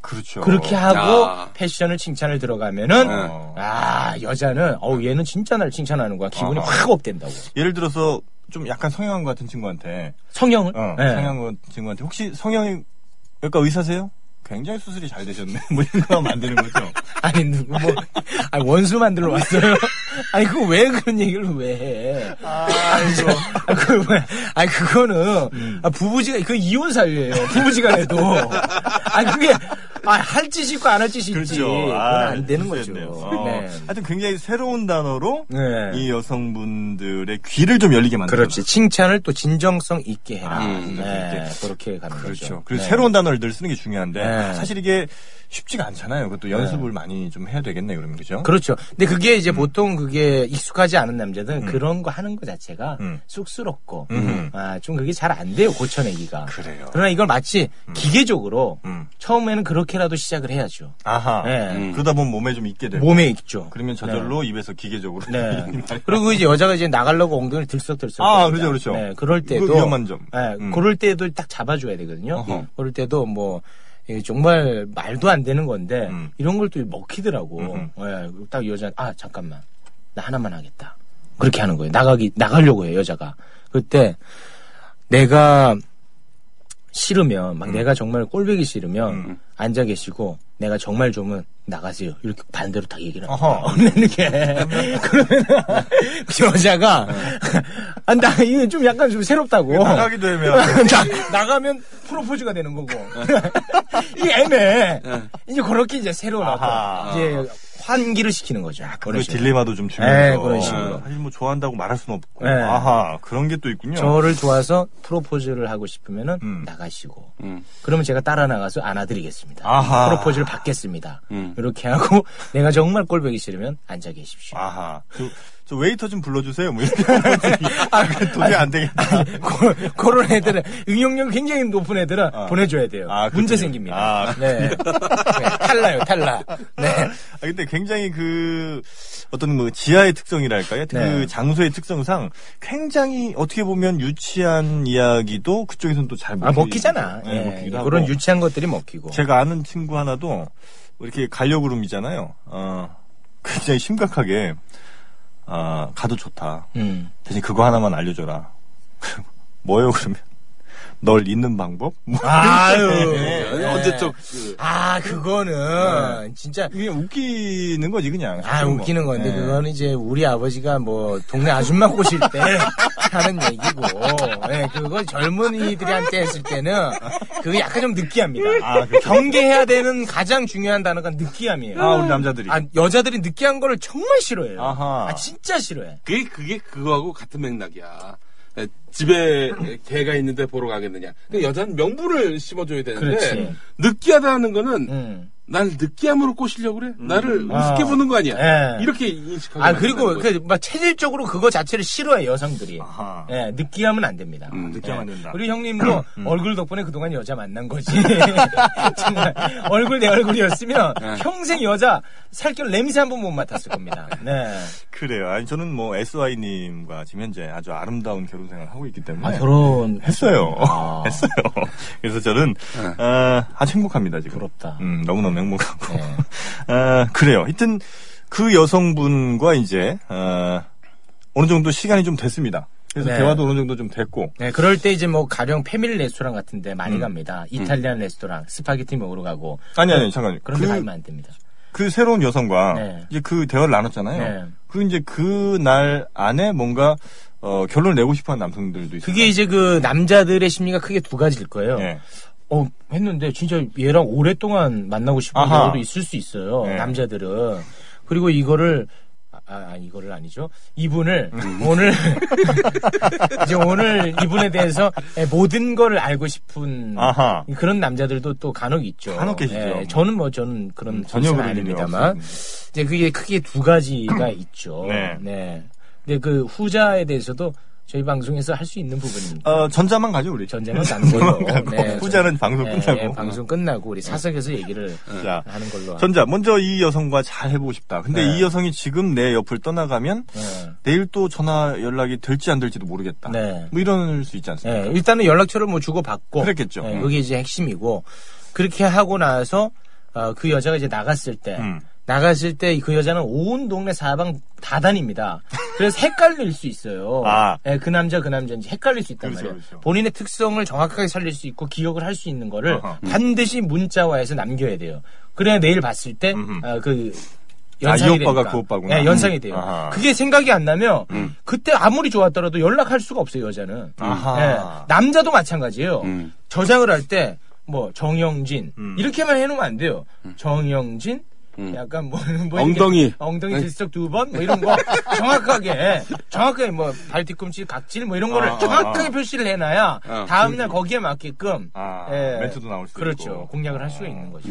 Speaker 2: 그렇죠.
Speaker 3: 그렇게 하고
Speaker 4: 아.
Speaker 3: 패션을 칭찬을 들어가면은
Speaker 2: 어.
Speaker 3: 아 여자는 어우 얘는 진짜 날 칭찬하는 거야 기분이 확 업된다고
Speaker 2: 예를 들어서 좀 약간 성형한 것 같은 친구한테
Speaker 3: 성형을
Speaker 2: 어,
Speaker 3: 네.
Speaker 2: 성형한 것 같은 친구한테 혹시 성형이 외과 의사세요? 굉장히 수술이 잘 되셨네. 뭐 이런 거 하면 안 되는 거죠.
Speaker 3: 아니 누구 뭐 아니 원수 만들러 왔어요 아니 그거 왜 그런 얘기를 왜해 아이고 그 뭐야 아니 그거는
Speaker 2: 음.
Speaker 3: 아, 부부지가 그 이혼 사유예요 부부지간에도 아니 그게 아할 짓이 있고 안 할 짓이 있지
Speaker 2: 그렇죠.
Speaker 3: 그건 안 되는 거죠
Speaker 2: 수술이었네요. 아, 어.
Speaker 3: 네.
Speaker 2: 하여튼 굉장히 새로운 단어로
Speaker 3: 네.
Speaker 2: 이 여성분들의 귀를 좀 열리게 만드는
Speaker 3: 그렇지 칭찬을 또 진정성 있게 해라
Speaker 2: 아, 진정성
Speaker 3: 네,
Speaker 2: 있게.
Speaker 3: 그렇게 가는
Speaker 2: 그렇죠.
Speaker 3: 거죠
Speaker 2: 그리고
Speaker 3: 네.
Speaker 2: 새로운 단어를 늘 쓰는 게 중요한데
Speaker 3: 네.
Speaker 2: 사실 이게 쉽지가 않잖아요. 그것도 연습을 많이 좀 해야 되겠네요. 그러면 그죠?
Speaker 3: 그렇죠. 근데 그게 이제 보통 그게 익숙하지 않은 남자들은 그런 거 하는 거 자체가
Speaker 2: 음.
Speaker 3: 쑥스럽고
Speaker 2: 음.
Speaker 3: 아, 좀 그게 잘 안 돼요 고쳐내기가.
Speaker 2: 그래요.
Speaker 3: 러나 이걸 마치 기계적으로
Speaker 2: 음.
Speaker 3: 처음에는 그렇게라도 시작을 해야죠.
Speaker 2: 아하.
Speaker 3: 네.
Speaker 2: 음. 그러다 보면 몸에 좀 있게 되고
Speaker 3: 몸에 있죠.
Speaker 2: 그러면 저절로 입에서 기계적으로
Speaker 3: 네.
Speaker 2: 이런 말이
Speaker 3: 그리고 이제 여자가 이제 나가려고 엉덩이를 들썩들썩.
Speaker 2: 아,
Speaker 3: 합니다.
Speaker 2: 그렇죠, 그렇죠.
Speaker 3: 네, 그럴 때도.
Speaker 2: 그 위험한 점.
Speaker 3: 네,
Speaker 2: 음.
Speaker 3: 그럴 때도 딱 잡아줘야 되거든요.
Speaker 2: 어허.
Speaker 3: 그럴 때도 뭐, 이게 정말 말도 안 되는 건데,
Speaker 2: 음.
Speaker 3: 이런 걸 또 먹히더라고.
Speaker 2: 음.
Speaker 3: 네, 딱 여자, 아, 잠깐만. 나 하나만 하겠다. 그렇게 하는 거예요. 나가기, 나가려고 해요, 여자가. 그때, 내가 싫으면,
Speaker 2: 음.
Speaker 3: 막 내가 정말 꼴보기 싫으면, 앉아 계시고, 내가 정말 좀은 나가세요. 이렇게 반대로 딱 얘기를
Speaker 2: 어허.
Speaker 3: 없는 게. 그러면 여자가 아, 나 이거 좀 약간 좀 새롭다고.
Speaker 2: 어. 나가기도
Speaker 3: 어.
Speaker 2: 어. 애매하고.
Speaker 3: 나- 나가면 프로포즈가 되는 거고. 이게 애매해. 이제 그렇게 이제 새로운
Speaker 2: 어. 아하.
Speaker 3: 어떤 이제 환기를 시키는 거죠.
Speaker 2: 그
Speaker 3: 그런 식으로.
Speaker 2: 딜레마도 좀
Speaker 3: 네,
Speaker 2: 주면서
Speaker 3: 그런 식으로.
Speaker 2: 사실 뭐 좋아한다고 말할 수는 없고
Speaker 3: 네.
Speaker 2: 아하 그런 게 또 있군요.
Speaker 3: 저를 좋아서 프로포즈를 하고 싶으면은
Speaker 2: 음.
Speaker 3: 나가시고
Speaker 4: 음.
Speaker 3: 그러면 제가 따라 나가서 안아드리겠습니다.
Speaker 2: 아하.
Speaker 3: 프로포즈를 받겠습니다.
Speaker 4: 음.
Speaker 3: 이렇게 하고 내가 정말 꼴보기 싫으면 앉아 계십시오.
Speaker 2: 아하 저, 저 웨이터 좀 불러주세요. 뭐 이렇게 아
Speaker 3: 그
Speaker 2: 도저히 안 되겠다.
Speaker 3: 고- 그런 애들은 응용력 굉장히 높은 애들은
Speaker 2: 아.
Speaker 3: 보내줘야 돼요.
Speaker 2: 아, 그렇군요.
Speaker 3: 문제 생깁니다.
Speaker 2: 아,
Speaker 3: 네. 네, 탈라요, 탈라. 네.
Speaker 2: 아, 근데 굉장히 그 어떤 뭐 지하의 특성이랄까요? 그
Speaker 3: 네.
Speaker 2: 장소의 특성상 굉장히 어떻게 보면 유치한 이야기도 그쪽에서는 또 잘
Speaker 3: 아 먹히잖아.
Speaker 2: 네,
Speaker 3: 예,
Speaker 2: 먹히기도 하고.
Speaker 3: 그런 유치한 것들이 먹히고.
Speaker 2: 제가 아는 친구 하나도 뭐 이렇게 갈려구름이잖아요. 어, 굉장히 심각하게 아 가도 좋다.
Speaker 3: 음.
Speaker 2: 대신 그거 하나만 알려줘라. 뭐요 그러면? 널 잊는 방법? 뭐
Speaker 3: 아유.
Speaker 4: 언제적 그,
Speaker 3: 네. 아 그거는
Speaker 2: 네.
Speaker 3: 진짜.
Speaker 2: 이게 웃기는 거지 그냥.
Speaker 3: 아 웃기는 건데
Speaker 2: 네.
Speaker 3: 그거는 이제 우리 아버지가 뭐 동네 아줌마 꼬실 때 하는 얘기고 예, 그거 젊은이들한테 했을 때는 그거 약간 좀 느끼합니다
Speaker 2: 아, 그렇죠.
Speaker 3: 경계해야 되는 가장 중요한 단어가 느끼함이에요
Speaker 2: 아 우리 남자들이.
Speaker 3: 아, 여자들이 느끼한 거를 정말 싫어해요.
Speaker 2: 아하.
Speaker 3: 아, 진짜 싫어해.
Speaker 4: 그게 그게 그거하고 같은 맥락이야. 에, 집에 개가 그러니까 있는데 보러 가겠느냐. 근데 여자는 명분을 심어줘야 되는데
Speaker 3: 그렇지.
Speaker 4: 느끼하다는 거는
Speaker 3: 음.
Speaker 4: 날 느끼함으로 꼬시려고 그래? 나를
Speaker 2: 음.
Speaker 4: 우습게
Speaker 3: 아.
Speaker 4: 보는 거 아니야?
Speaker 3: 예.
Speaker 4: 이렇게 인식하고.
Speaker 3: 아 그리고 그막 체질적으로 그거 자체를 싫어해 여성들이.
Speaker 2: 아하.
Speaker 3: 예, 느끼하면 안 됩니다. 예.
Speaker 4: 음.
Speaker 2: 느끼하면 안 된다. 음,
Speaker 3: 우리 형님도 얼굴 덕분에 그동안 여자 만난 거지. 정말 얼굴 내 얼굴이었으면
Speaker 2: 네.
Speaker 3: 평생 여자 살결 냄새 한 번 못 맡았을 겁니다. 네.
Speaker 2: 그래요. 아니 저는 뭐 SY님과 지금 현재 아주 아름다운 결혼 생활을 하고 있기
Speaker 3: 네.
Speaker 2: 때문에
Speaker 3: 아, 결혼
Speaker 2: 했어요. 아, 했어요. 그래서 저는 아, 아주 행복합니다 지금.
Speaker 3: 부럽다. 네.
Speaker 2: 음, 너무너무 행복하고. 아, 그래요. 하여튼 그 여성분과 이제 아, 어느 정도 시간이 좀 됐습니다. 그래서
Speaker 3: 네.
Speaker 2: 대화도 어느 정도 좀 됐고.
Speaker 3: 네, 그럴 때 이제 뭐 가령 패밀리 레스토랑 같은데 많이
Speaker 2: 음.
Speaker 3: 갑니다. 이탈리안 레스토랑 스파게티 먹으러 가고
Speaker 2: 아니 아니 잠깐.
Speaker 3: 네. 그런 데
Speaker 2: 그,
Speaker 3: 가면 안 됩니다.
Speaker 2: 그 새로운 여성과
Speaker 3: 네.
Speaker 2: 이제 그 대화를 나눴잖아요.
Speaker 3: 네.
Speaker 2: 그리고 이제 그 날 안에 뭔가 어, 결론을 내고 싶어하는 남성들도 있어요.
Speaker 3: 그게 이제 그 남자들의 심리가 크게 두 가지일 거예요.
Speaker 2: 예.
Speaker 3: 어, 했는데 진짜 얘랑 오랫동안 만나고 싶은
Speaker 2: 아하.
Speaker 3: 경우도 있을 수 있어요.
Speaker 2: 네.
Speaker 3: 남자들은. 그리고 이거를 아, 아, 이거를 아니죠. 이분을
Speaker 2: 음.
Speaker 3: 오늘 이제 오늘 이분에 대해서 예, 모든 걸 알고 싶은
Speaker 2: 아하.
Speaker 3: 그런 남자들도 또 간혹 있죠.
Speaker 2: 간혹 계시죠. 음,
Speaker 3: 예, 저는 뭐 저는 그런
Speaker 2: 전혀
Speaker 3: 성격은
Speaker 2: 그런 일이
Speaker 3: 아닙니다만
Speaker 2: 없었습니다.
Speaker 3: 이제 그게 크게 두 가지가 있죠.
Speaker 2: 네.
Speaker 3: 근데 그 후자에 대해서도 저희 방송에서 할 수 있는 부분입니다.
Speaker 2: 어, 전자만 가죠 우리.
Speaker 3: 전제는 네, 남고
Speaker 2: 가고, 후자는 방송 끝나고.
Speaker 3: 예, 네, 방송 끝나고 우리 사석에서 얘기를
Speaker 2: 자,
Speaker 3: 하는 걸로.
Speaker 2: 전자 먼저 이 여성과 잘 해보고 싶다. 근데
Speaker 3: 네.
Speaker 2: 이 여성이 지금 내 옆을 떠나가면
Speaker 3: 네.
Speaker 2: 내일 또 전화 연락이 될지 안 될지도 모르겠다.
Speaker 3: 네.
Speaker 2: 뭐 이런 수 있지 않습니까?
Speaker 3: 예, 일단은 연락처를 뭐 주고 받고
Speaker 2: 그랬겠죠. 음.
Speaker 3: 그게 이제 핵심이고 그렇게 하고 나서 어, 그 여자가 이제 나갔을 때
Speaker 2: 음.
Speaker 3: 나갔을 때 그 여자는 온 동네 사방 다 다닙니다. 그래서 헷갈릴 수 있어요.
Speaker 2: 아.
Speaker 3: 예, 그 남자 그 남자인지 헷갈릴 수 있단
Speaker 2: 그렇죠,
Speaker 3: 말이에요.
Speaker 2: 그렇죠.
Speaker 3: 본인의 특성을 정확하게 살릴 수 있고 기억을 할 수 있는 거를
Speaker 2: 아하.
Speaker 3: 반드시 문자화해서 남겨야 돼요. 그래야 내일 봤을
Speaker 2: 음흠.
Speaker 3: 때그
Speaker 2: 아, 이
Speaker 3: 연상이
Speaker 2: 오빠가
Speaker 3: 되니까.
Speaker 2: 그 오빠구나.
Speaker 3: 네, 연상이 돼요.
Speaker 2: 음. 아하. 음.
Speaker 3: 그게 생각이 안 나면 그때 아무리 좋았더라도 연락할 수가 없어요 여자는.
Speaker 2: 아하.
Speaker 3: 예, 남자도 마찬가지예요.
Speaker 4: 음.
Speaker 3: 저장을 할 때 뭐 정영진
Speaker 2: 음.
Speaker 3: 이렇게만 해놓으면 안 돼요. 정영진
Speaker 4: 음.
Speaker 3: 약간 뭐, 뭐
Speaker 4: 엉덩이.
Speaker 3: 이렇게 엉덩이 질석 두 번 뭐 이런 거 정확하게 정확하게 뭐 발 뒤꿈치 각질 뭐 이런 거를
Speaker 2: 아, 아,
Speaker 3: 정확하게
Speaker 2: 아.
Speaker 3: 표시를 해놔야
Speaker 4: 아,
Speaker 3: 다음날 거기에 맞게끔
Speaker 2: 아,
Speaker 3: 예,
Speaker 2: 멘트도 나올 수
Speaker 3: 그렇죠
Speaker 2: 있고. 아.
Speaker 3: 공략을 할 수가 있는 거죠.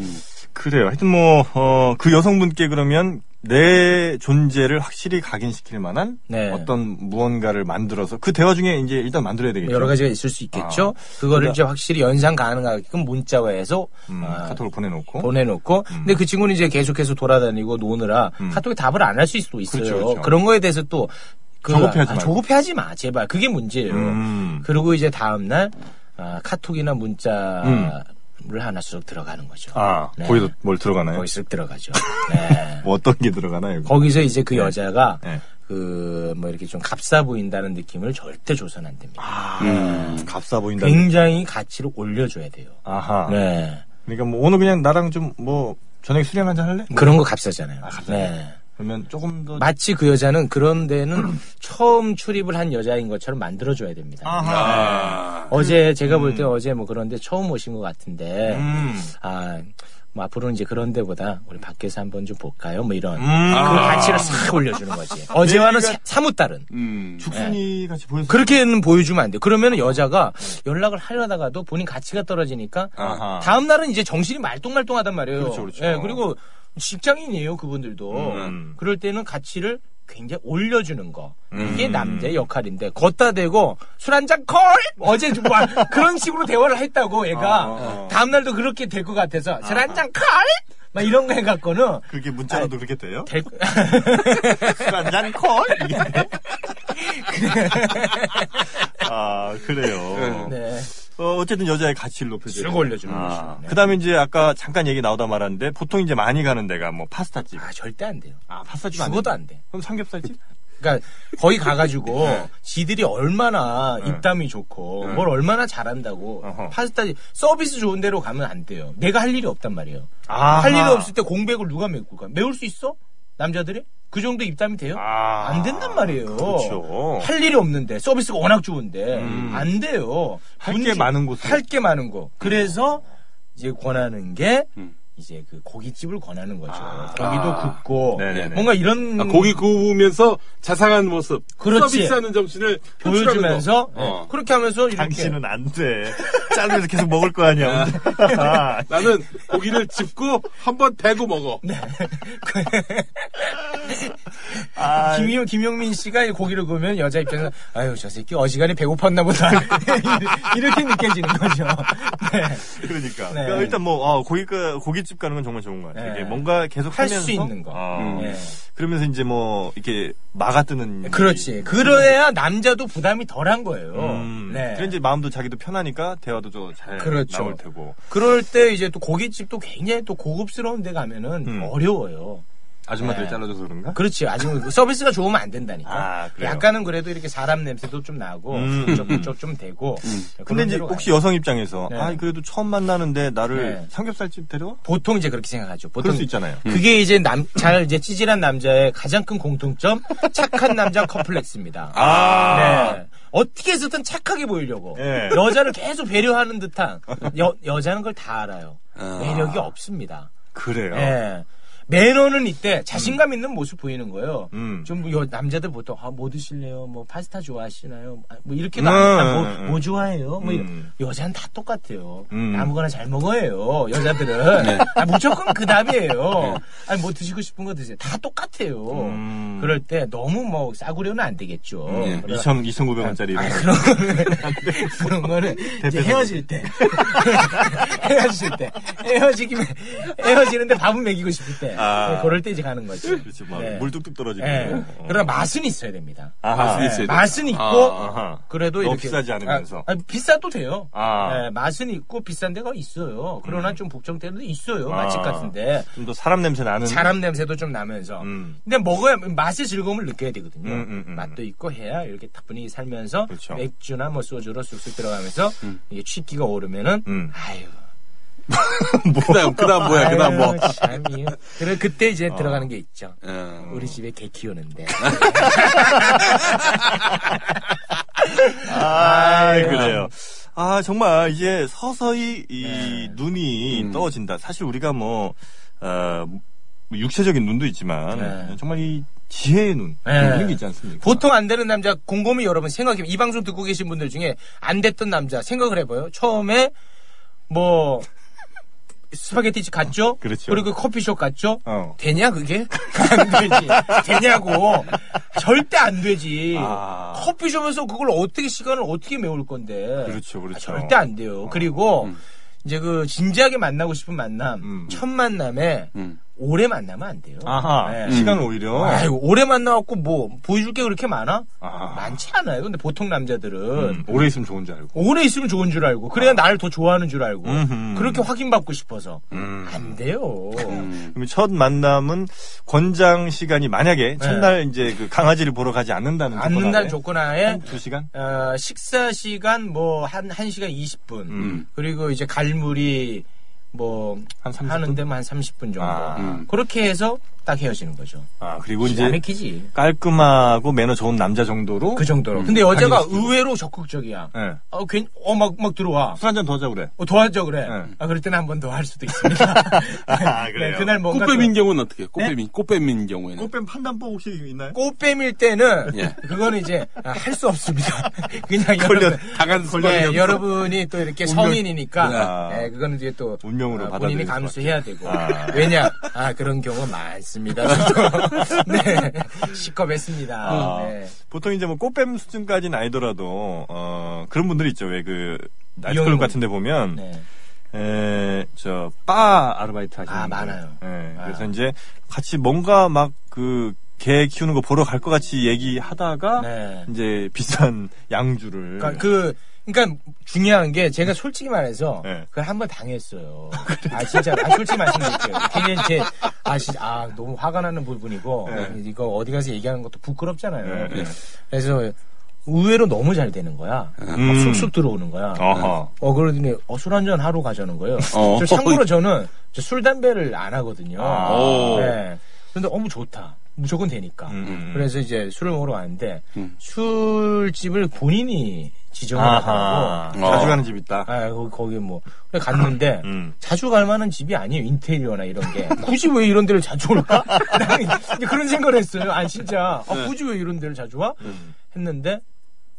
Speaker 2: 그래요. 하여튼 뭐, 어, 그 여성분께 그러면 내 존재를 확실히 각인시킬 만한
Speaker 3: 네.
Speaker 2: 어떤 무언가를 만들어서 그 대화 중에 이제 일단 만들어야 되겠죠.
Speaker 3: 여러 가지가 있을 수 있겠죠. 그거를 이제 확실히 연상 가능하게끔 문자화해서
Speaker 2: 아. 음,
Speaker 3: 아,
Speaker 2: 카톡을 보내놓고. 음.
Speaker 3: 보내놓고 근데 그 친구는 이제 계속해서 돌아다니고 노느라 카톡에 답을 안 할 수도 있어요.
Speaker 2: 그렇죠, 그렇죠.
Speaker 3: 런 거에 대해서 또 그-
Speaker 2: 조급해하지
Speaker 3: 아,
Speaker 2: 말고.
Speaker 3: 조급해하지 마 제발 그게 문제예요.
Speaker 2: 음.
Speaker 3: 그리고 이제 다음 날 아, 카톡이나 문자를 하나 쑥 들어가는 거죠.
Speaker 2: 음. 아,
Speaker 3: 네.
Speaker 2: 거기서 뭘 들어가나요?
Speaker 3: 거기 쑥 들어가죠. 네.
Speaker 2: 뭐 어떤 게 들어가나요?
Speaker 3: 거기서 이제 그 여자가
Speaker 2: 네.
Speaker 3: 그 뭐 이렇게 좀 값싸 보인다는 느낌을 절대 줘선 안 됩니다.
Speaker 2: 아,
Speaker 3: 음.
Speaker 2: 값싸 보인다.
Speaker 3: 굉장히 가치를 올려줘야 돼요.
Speaker 2: 아, 네. 아하.
Speaker 3: 네.
Speaker 2: 그러니까 뭐 오늘 그냥 나랑 좀 뭐 저녁 수련 한잔 할래? 뭐
Speaker 3: 그런 거 값싸잖아요.
Speaker 2: 값싸요?
Speaker 3: 네.
Speaker 2: 그러면 조금 더
Speaker 3: 마치 그 여자는 그런 데는 처음 출입을 한 여자인 것처럼 만들어줘야 됩니다.
Speaker 2: 아하.
Speaker 3: 어제 제가 볼 때 어제 뭐 그런데 처음 오신 것 같은데
Speaker 2: 음.
Speaker 3: 아. 뭐 앞으로는 이제 그런 데보다 우리 밖에서 한번 좀 볼까요? 뭐 이런
Speaker 2: 음.
Speaker 3: 그 가치를 싹 올려주는 거지. 어제와는 사- 사뭇 다른
Speaker 4: 음.
Speaker 3: 네.
Speaker 2: 죽순이 같이 보였어.
Speaker 3: 그렇게는 보여주면 안 돼. 그러면 여자가 연락을 하려다가도 본인 가치가 떨어지니까
Speaker 2: 아하.
Speaker 3: 다음 날은 이제 정신이 말똥말똥하단 말이에요.
Speaker 2: 그렇죠, 그렇죠.
Speaker 3: 예, 그리고 직장인이에요, 그분들도.
Speaker 2: 음.
Speaker 3: 그럴 때는 가치를 굉장히 올려주는 거. 이게
Speaker 2: 음.
Speaker 3: 남자의 역할인데, 걷다 대고, 술 한잔 콜! 어제 좀 막, 그런 식으로 대화를 했다고, 얘가.
Speaker 2: 어, 어.
Speaker 3: 다음날도 그렇게 될 것 같아서, 술 한잔 콜! 막 이런 거 해갖고는,
Speaker 2: 그게 문자로도 그렇게 돼요?
Speaker 3: 될,
Speaker 2: 술한잔 콜? 이게 돼? 아, 그래요.
Speaker 3: 네.
Speaker 2: 어, 어쨌든 여자의 가치를 높여줘요.
Speaker 3: 쭉 올려주는
Speaker 2: 아,
Speaker 3: 거죠. 네.
Speaker 2: 그 다음에 이제 아까 잠깐 얘기 나오다 말았는데 보통 이제 많이 가는 데가 뭐 파스타집.
Speaker 3: 아, 절대 안 돼요.
Speaker 2: 아, 파스타집
Speaker 3: 죽어도 안 돼.
Speaker 2: 그럼 삼겹살집?
Speaker 3: 그러니까 거기 가가지고
Speaker 2: 네.
Speaker 3: 지들이 얼마나 입담이 좋고 뭘 얼마나 잘한다고
Speaker 2: 어허.
Speaker 3: 파스타 서비스 좋은 데로 가면 안 돼요. 내가 할 일이 없단 말이에요.
Speaker 2: 아하.
Speaker 3: 할 일이 없을 때 공백을 누가 메꿀까? 메울 수 있어? 남자들이? 그 정도 입담이 돼요?
Speaker 2: 아.
Speaker 3: 안 된단 말이에요.
Speaker 2: 그렇죠.
Speaker 3: 할 일이 없는데 서비스가 워낙 좋은데
Speaker 2: 음.
Speaker 3: 안 돼요.
Speaker 2: 할게
Speaker 3: 분주-
Speaker 2: 많은 곳으로. 음.
Speaker 3: 할게 많은 곳. 그래서 이제 권하는 게
Speaker 4: 음.
Speaker 3: 이제 그 고깃집을 권하는 거죠. 고기도 굽고
Speaker 2: 아. 네네네.
Speaker 3: 뭔가 이런
Speaker 4: 아, 고기 구우면서 자상한 모습,
Speaker 3: 그렇지.
Speaker 4: 서비스하는 정신을 표출하는 거.
Speaker 3: 보여주면서 예,
Speaker 4: 어.
Speaker 3: 그렇게 하면서 이렇게
Speaker 2: 당신은 안 돼. 자르면서 계속 먹을 거 아니야. 아,
Speaker 4: 나는 고기를 집고 한 번 대고 먹어.
Speaker 3: 네.
Speaker 2: 아,
Speaker 3: 김용, 김용민 씨가 이 고기를 구우면 여자 입장에서 아유 저 새끼 어지간히 배고팠나 보다 이렇게 느껴지는 거죠. 네.
Speaker 2: 그러니까.
Speaker 3: 네.
Speaker 2: 그러니까 일단 뭐 어, 고기 고깃집 가는 건 정말 좋은 것 같아요.
Speaker 3: 네.
Speaker 2: 이게 뭔가 계속
Speaker 3: 할수
Speaker 2: 하면서
Speaker 3: 있는 거.
Speaker 2: 어,
Speaker 3: 네.
Speaker 2: 그러면서 이제 뭐 이렇게 막아뜨는.
Speaker 3: 그렇지. 그래야 남자도 부담이 덜한 거예요.
Speaker 2: 음,
Speaker 3: 네.
Speaker 2: 그런 이제 마음도 자기도 편하니까 대화도 좀잘
Speaker 3: 그렇죠.
Speaker 2: 나올 테고.
Speaker 3: 그럴 때 이제 또 고깃집도 굉장히 또 고급스러운 데 가면은
Speaker 2: 음.
Speaker 3: 어려워요.
Speaker 2: 아줌마들이
Speaker 3: 네.
Speaker 2: 잘라줘서 그런가?
Speaker 3: 그렇지. 아직 그 서비스가 좋으면 안 된다니까.
Speaker 2: 아, 그래요?
Speaker 3: 약간은 그래도 이렇게 사람 냄새도 좀 나고,
Speaker 2: 음.
Speaker 3: 부쩍부쩍 좀 되고. 그런
Speaker 2: 근데 이제
Speaker 3: 데로 가요.
Speaker 2: 혹시 여성 입장에서
Speaker 3: 네.
Speaker 2: 아 그래도 처음 만나는데 나를
Speaker 3: 네.
Speaker 2: 삼겹살집 데려와?
Speaker 3: 보통 이제 그렇게 생각하죠.
Speaker 2: 그럴
Speaker 3: 보통
Speaker 2: 수 음. 있잖아요.
Speaker 3: 그게 이제 남, 잘 이제 찌질한 남자의 가장 큰 공통점, 착한 남자 컴플렉스입니다.
Speaker 2: 아,
Speaker 3: 네. 어떻게 해서든 착하게 보이려고.
Speaker 2: 예.
Speaker 3: 여자를 계속 배려하는 듯한. 여, 여자는 걸 다 알아요. 매력이 없습니다.
Speaker 2: 그래요.
Speaker 3: 예. 매너는 이때 자신감 있는 모습 보이는 거예요.
Speaker 2: 음.
Speaker 3: 좀뭐 여- 남자들 보통 아, 뭐 드실래요? 뭐 파스타 좋아하시나요? 아, 뭐 이렇게도
Speaker 2: 음,
Speaker 3: 안 아, 뭐,
Speaker 2: 음,
Speaker 3: 뭐 좋아해요? 뭐
Speaker 2: 음.
Speaker 3: 이- 여자는 다 똑같아요.
Speaker 2: 음. 네.
Speaker 3: 아무거나 잘 먹어요. 여자들은 아, 무조건 그 답이에요. 아니 뭐 드시고 싶은 거 드세요. 다 똑같아요.
Speaker 2: 음.
Speaker 3: 뭐 그럴 때 너무 뭐 싸구려는 안 되겠죠.
Speaker 4: 예.
Speaker 3: 그래서
Speaker 2: 2,900원짜리.
Speaker 3: 아, 그런 거는, 그런 거는 이제 헤어질 때. 헤어질 때. 헤어지기면, 헤어지는데 밥은 먹이고 싶을 때.
Speaker 2: 아.
Speaker 3: 네, 그럴 때 이제 가는 거지.
Speaker 2: 그렇지, 막
Speaker 3: 네.
Speaker 2: 물 뚝뚝 떨어지고.
Speaker 3: 예. 그러나 맛은 있어야 됩니다.
Speaker 2: 아하.
Speaker 4: 맛은 있어야
Speaker 3: 예,
Speaker 4: 됩니다.
Speaker 3: 맛은 있고,
Speaker 2: 아하.
Speaker 3: 그래도
Speaker 2: 너무
Speaker 3: 이렇게.
Speaker 2: 비싸지 않으면서.
Speaker 3: 아, 아니, 비싸도 돼요.
Speaker 2: 아. 음.
Speaker 3: 예, 맛은 있고, 비싼 데가 있어요. 그러나 좀 북정대도 있어요.
Speaker 2: 아.
Speaker 3: 맛집 같은데.
Speaker 2: 좀 더 사람 냄새 나는.
Speaker 3: 사람 냄새도 좀 나면서.
Speaker 2: 음.
Speaker 3: 근데 먹어야 맛의 즐거움을 느껴야 되거든요.
Speaker 2: 음, 음, 음.
Speaker 3: 맛도 있고 해야 이렇게 딱 분위기 살면서
Speaker 2: 그렇죠.
Speaker 3: 맥주나 뭐 소주로 쑥쑥 들어가면서 이게 취기가 오르면은
Speaker 2: 음.
Speaker 3: 아유.
Speaker 4: 그다음 그다음 뭐야? 그다음 뭐?
Speaker 3: 아유, 참이요. 그래 그때 이제 들어가는 게 있죠.
Speaker 4: 예.
Speaker 2: 음.
Speaker 3: 우리 집에 개 키우는데.
Speaker 2: 아, 그래요. 아, 정말 이제 서서히 이
Speaker 3: 네.
Speaker 2: 눈이
Speaker 3: 음.
Speaker 2: 떠진다. 사실 우리가 뭐, 어, 뭐 육체적인 눈도 있지만,
Speaker 3: 네.
Speaker 2: 정말 이 지혜의 눈.
Speaker 3: 네.
Speaker 2: 이런 게 있지 않습니까?
Speaker 3: 보통 안 되는 남자 곰곰이 여러분 생각해 이 방송 듣고 계신 분들 중에 안 됐던 남자 생각을 해봐요. 처음에 뭐 스파게티집 갔죠.
Speaker 2: 그렇죠.
Speaker 3: 리고 커피숍 갔죠.
Speaker 2: 어.
Speaker 3: 되냐 그게 안 되지 되냐고 절대 안 되지.
Speaker 2: 아.
Speaker 3: 커피숍에서 그걸 어떻게 시간을 어떻게 메울 건데. 아,
Speaker 2: 그렇죠, 그렇죠.
Speaker 3: 절대 안 돼요. 그리고 이제 그 진지하게 만나고 싶은 만남
Speaker 2: 음.
Speaker 3: 첫 만남에
Speaker 4: 음.
Speaker 3: 오래 만나면 안 돼요.
Speaker 2: 아하.
Speaker 3: 네.
Speaker 2: 시간을 오히려.
Speaker 3: 아유, 오래 만나갖고 뭐, 보여줄 게 그렇게 많아?
Speaker 2: 어. 아.
Speaker 3: 많지 않아요. 근데 보통 남자들은.
Speaker 2: 음, 오래 있으면 좋은 줄 알고.
Speaker 3: 오래 있으면 좋은 줄 알고, 그래야 나를 더 좋아하는 줄 알고,
Speaker 2: 음흠. 음.
Speaker 3: 그렇게 확인받고 싶어서. 안 돼요.
Speaker 2: 그럼 첫 만남은 권장 시간이
Speaker 3: 네.
Speaker 2: 만약에 첫날 이제 그 강아지를 보러 가지 않는다는 조건
Speaker 3: 앉는 날
Speaker 2: 아래
Speaker 3: 조건 하에,
Speaker 2: 한두 시간?
Speaker 3: 어, 식사 시간 뭐, 한, 한 시간 20분.
Speaker 2: 음.
Speaker 3: 그리고 이제 갈무리 뭐,
Speaker 2: 한 30분?
Speaker 3: 하는 데만 한 30분 정도.
Speaker 2: 아.
Speaker 4: 음.
Speaker 3: 그렇게 해서 딱 헤어지는 거죠.
Speaker 2: 아, 그리고
Speaker 3: 기가
Speaker 2: 이제
Speaker 3: 막히지.
Speaker 2: 깔끔하고 매너 좋은 남자 정도로.
Speaker 3: 그 정도로. 근데 여자가
Speaker 2: 음. 당연히.
Speaker 3: 의외로 적극적이야.
Speaker 2: 예.
Speaker 3: 어, 괜, 어, 막, 막 들어와.
Speaker 2: 술 한잔 더 하자 그래.
Speaker 3: 어, 도와줘 그래.
Speaker 2: 네.
Speaker 3: 아 그럴 때는 한 번 더 할 수도 있습니다. 네.
Speaker 2: 아, 그래요?
Speaker 3: 그날 뭔가 네?
Speaker 4: 꽃뱀인 경우는 어떻게? 해요? 꽃뱀인 꽃뱀인 경우에는
Speaker 2: 꽃뱀 판단법 혹시 있나요?
Speaker 3: 일 때는
Speaker 4: 예.
Speaker 3: 그거는 이제 아, 할 수 없습니다. 그냥
Speaker 2: 걸려-
Speaker 3: 여러분,
Speaker 4: 당한
Speaker 3: 네,
Speaker 4: 소리
Speaker 3: 여러분이 또 이렇게 성인이니까
Speaker 2: 아.
Speaker 3: 네, 그거는 이제 또
Speaker 2: 운명으로
Speaker 3: 아,
Speaker 2: 받아들일
Speaker 3: 본인이
Speaker 2: 수
Speaker 3: 감수해야 되고
Speaker 2: 아.
Speaker 3: 왜냐 아 그런 경우 많습니다. 네 시겁했습니다.
Speaker 2: 아,
Speaker 3: 네.
Speaker 2: 보통 이제 뭐 꽃뱀 수준까지는 아니더라도 어, 그런 분들이 있죠. 왜 그
Speaker 3: 이혼은-
Speaker 2: 나이트클럽 같은 데 보면
Speaker 3: 네.
Speaker 2: 에저바 아르바이트 하시는
Speaker 3: 아,
Speaker 2: 분들.
Speaker 3: 많아요.
Speaker 2: 예,
Speaker 3: 아.
Speaker 2: 그래서 이제 같이 뭔가 막 그 개 키우는 거 보러 갈 것 같이 얘기하다가
Speaker 3: 네.
Speaker 2: 이제 비싼 양주를
Speaker 3: 그러니까 그 그러니까 중요한 게 제가 솔직히 말해서
Speaker 2: 네.
Speaker 3: 그걸 한 번 당했어요. 아 진짜 아, 솔직히 말씀드릴게요. 되게 이제 아 진짜 아 너무 화가 나는 부분이고
Speaker 2: 네.
Speaker 3: 이거 어디 가서 얘기하는 것도 부끄럽잖아요.
Speaker 2: 네, 네.
Speaker 3: 그래서 의외로 너무 잘 되는 거야. 막
Speaker 2: 음.
Speaker 3: 쑥쑥 들어오는 거야.
Speaker 2: 어허.
Speaker 3: 어 그러더니 어, 술 한잔 하러 가자는 거예요.
Speaker 4: 어.
Speaker 3: 저 참고로 저는 저술 담배를 안 하거든요.
Speaker 2: 아.
Speaker 3: 네. 근데 어머 좋다. 무조건 되니까.
Speaker 2: 음, 음.
Speaker 3: 그래서 이제 술을 먹으러 왔는데
Speaker 4: 음.
Speaker 3: 술집을 본인이 지정을 하고
Speaker 2: 아하.
Speaker 4: 어.
Speaker 2: 자주 가는 집 있다.
Speaker 3: 아, 거기, 거기 뭐. 근데 갔는데,
Speaker 2: 음.
Speaker 3: 자주 갈 만한 집이 아니에요. 인테리어나 이런 게. 굳이 왜 이런 데를 자주 올까? 나는 이제 그런 생각을 했어요. 아, 진짜.
Speaker 2: 네.
Speaker 3: 아, 굳이 왜 이런 데를 자주 와?
Speaker 2: 음.
Speaker 3: 했는데,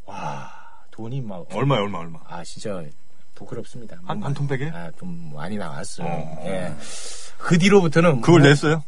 Speaker 3: 와, 돈이 막.
Speaker 2: 얼마 얼마 얼마.
Speaker 3: 아, 진짜 부끄럽습니다.
Speaker 2: 한- 한 통백에?
Speaker 3: 아, 좀 많이 나왔어요.
Speaker 2: 어.
Speaker 3: 예. 그 뒤로부터는.
Speaker 2: 그걸
Speaker 3: 뭐
Speaker 2: 냈어요?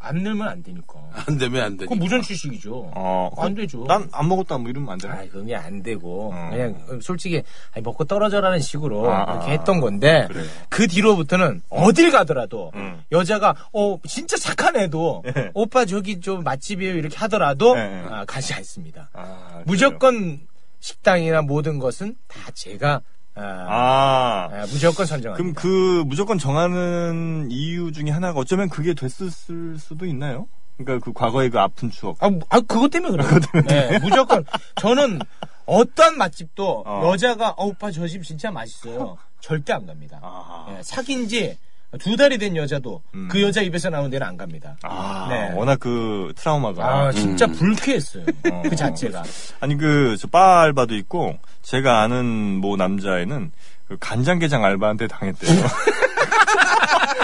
Speaker 3: 안 늘면 안 되니까.
Speaker 4: 안 되면 안 되니까.
Speaker 3: 그건 무전 취식이죠.
Speaker 2: 어.
Speaker 3: 안 되죠.
Speaker 2: 난 안 먹었다 뭐 이러면 안 되나?
Speaker 3: 아, 그게 안 되고
Speaker 2: 어.
Speaker 3: 그냥 솔직히 아니, 먹고 떨어져라는 식으로
Speaker 2: 아,
Speaker 3: 그렇게
Speaker 2: 아,
Speaker 3: 했던 건데
Speaker 2: 그래요.
Speaker 3: 그 뒤로부터는 어딜 가더라도
Speaker 2: 음.
Speaker 3: 여자가 어 진짜 착한 애도
Speaker 2: 예.
Speaker 3: 오빠 저기 좀 맛집이에요 이렇게 하더라도
Speaker 2: 예, 예.
Speaker 3: 아, 가지 않습니다.
Speaker 2: 아, 그래요.
Speaker 3: 무조건 식당이나 모든 것은 다 제가 아,
Speaker 2: 아.
Speaker 3: 아, 무조건
Speaker 2: 그럼
Speaker 3: 선정합니다.
Speaker 2: 그 무조건 정하는 이유 중에 하나가 어쩌면 그게 됐을 수도 있나요? 그러니까 그 과거의 그 아픈 추억.
Speaker 3: 아, 아, 그것 때문에 그래요. 네, 무조건 저는 어떤 맛집도
Speaker 2: 어.
Speaker 3: 여자가 어, 오빠 저 집 진짜 맛있어요. 절대 안 갑니다.
Speaker 2: 아.
Speaker 3: 예, 사귄 지 두 달이 된 여자도
Speaker 2: 음.
Speaker 3: 그 여자 입에서 나오는 데는 안 갑니다.
Speaker 2: 아,
Speaker 3: 네.
Speaker 2: 워낙 그 트라우마가.
Speaker 3: 아, 진짜 불쾌했어요. 그 자체가.
Speaker 2: 아니 그 저바 알바도 있고 제가 아는 뭐 남자애는 그 간장게장 알바한테 당했대요.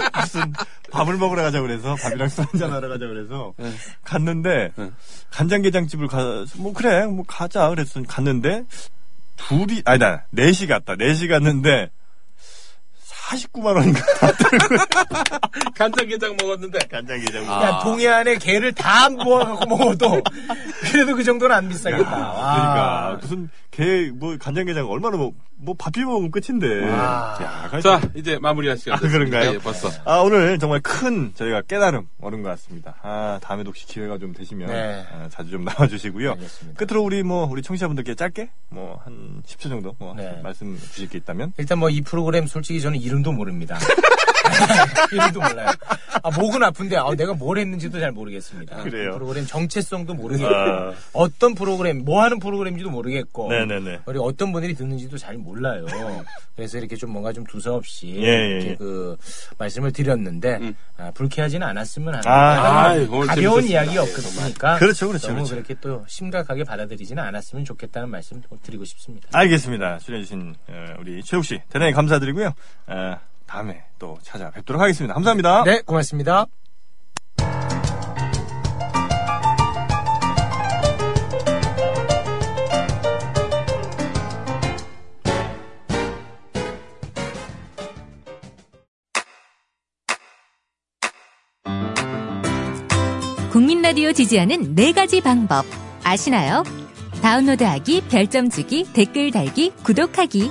Speaker 2: 무슨 밥을 먹으러 가자 그래서 밥이랑 술 한잔 하러 가자 그래서 갔는데 간장게장 집을 가뭐 그래 뭐 가자 그랬어 갔는데 둘이 아니다 넷이 갔다 넷이 갔는데 49만 원인가
Speaker 4: 간장게장 먹었는데.
Speaker 2: 간장게장
Speaker 4: 아.
Speaker 3: 그냥 동해안에 개를 다 모아갖고 먹어도 그래도 그 정도는 안 비싸겠다. 아.
Speaker 2: 그러니까
Speaker 3: 와.
Speaker 2: 무슨 개 뭐 간장게장 얼마나 뭐뭐 밥비 먹으면 끝인데
Speaker 3: 와.
Speaker 2: 야, 가니까
Speaker 4: 자, 이제 마무리할 시간.
Speaker 2: 아, 그런가요?
Speaker 4: 예, 벌써.
Speaker 2: 아, 오늘 정말 큰 저희가 깨달음 얻은 것 같습니다. 아, 다음에도 혹시 기회가 좀 되시면
Speaker 3: 네.
Speaker 2: 아, 자주 좀 나와주시고요.
Speaker 3: 알겠습니다.
Speaker 2: 끝으로 우리 뭐 우리 청취자분들께 짧게 뭐 한 10초 정도 뭐
Speaker 3: 네.
Speaker 2: 말씀 주실 게 있다면
Speaker 3: 일단 뭐 이 프로그램 솔직히 저는 이름도 모릅니다. 이름도 몰라요. 아, 목은 아픈데 아, 내가 뭘 했는지도 잘 모르겠습니다.
Speaker 2: 그래요.
Speaker 3: 이 프로그램 정체성도 모르겠고
Speaker 2: 아.
Speaker 3: 어떤 프로그램 뭐 하는 프로그램인지도 모르겠고
Speaker 2: 네네네.
Speaker 3: 우리 어떤 분들이 듣는지도 잘 몰라요. 그래서 이렇게 좀 뭔가 좀 두서없이
Speaker 2: 예, 예,
Speaker 3: 이렇게
Speaker 2: 예.
Speaker 3: 그 말씀을 드렸는데
Speaker 4: 음.
Speaker 3: 아, 불쾌하지는 않았으면 하는
Speaker 2: 아,
Speaker 4: 아이, 오늘
Speaker 3: 가벼운
Speaker 4: 재밌었습니다. 예,
Speaker 3: 이야기였으니까
Speaker 2: 그렇죠, 그렇죠,
Speaker 3: 너무
Speaker 2: 그렇죠.
Speaker 3: 그렇게또 심각하게 받아들이지는 않았으면 좋겠다는 말씀 드리고 싶습니다.
Speaker 2: 알겠습니다. 출연해주신 어, 우리 최욱 씨 대단히 감사드리고요. 어, 다음에 또 찾아뵙도록 하겠습니다. 감사합니다.
Speaker 3: 네, 고맙습니다.
Speaker 5: 국민 라디오 지지하는 네 가지 방법 아시나요? 다운로드하기, 별점 주기, 댓글 달기, 구독하기.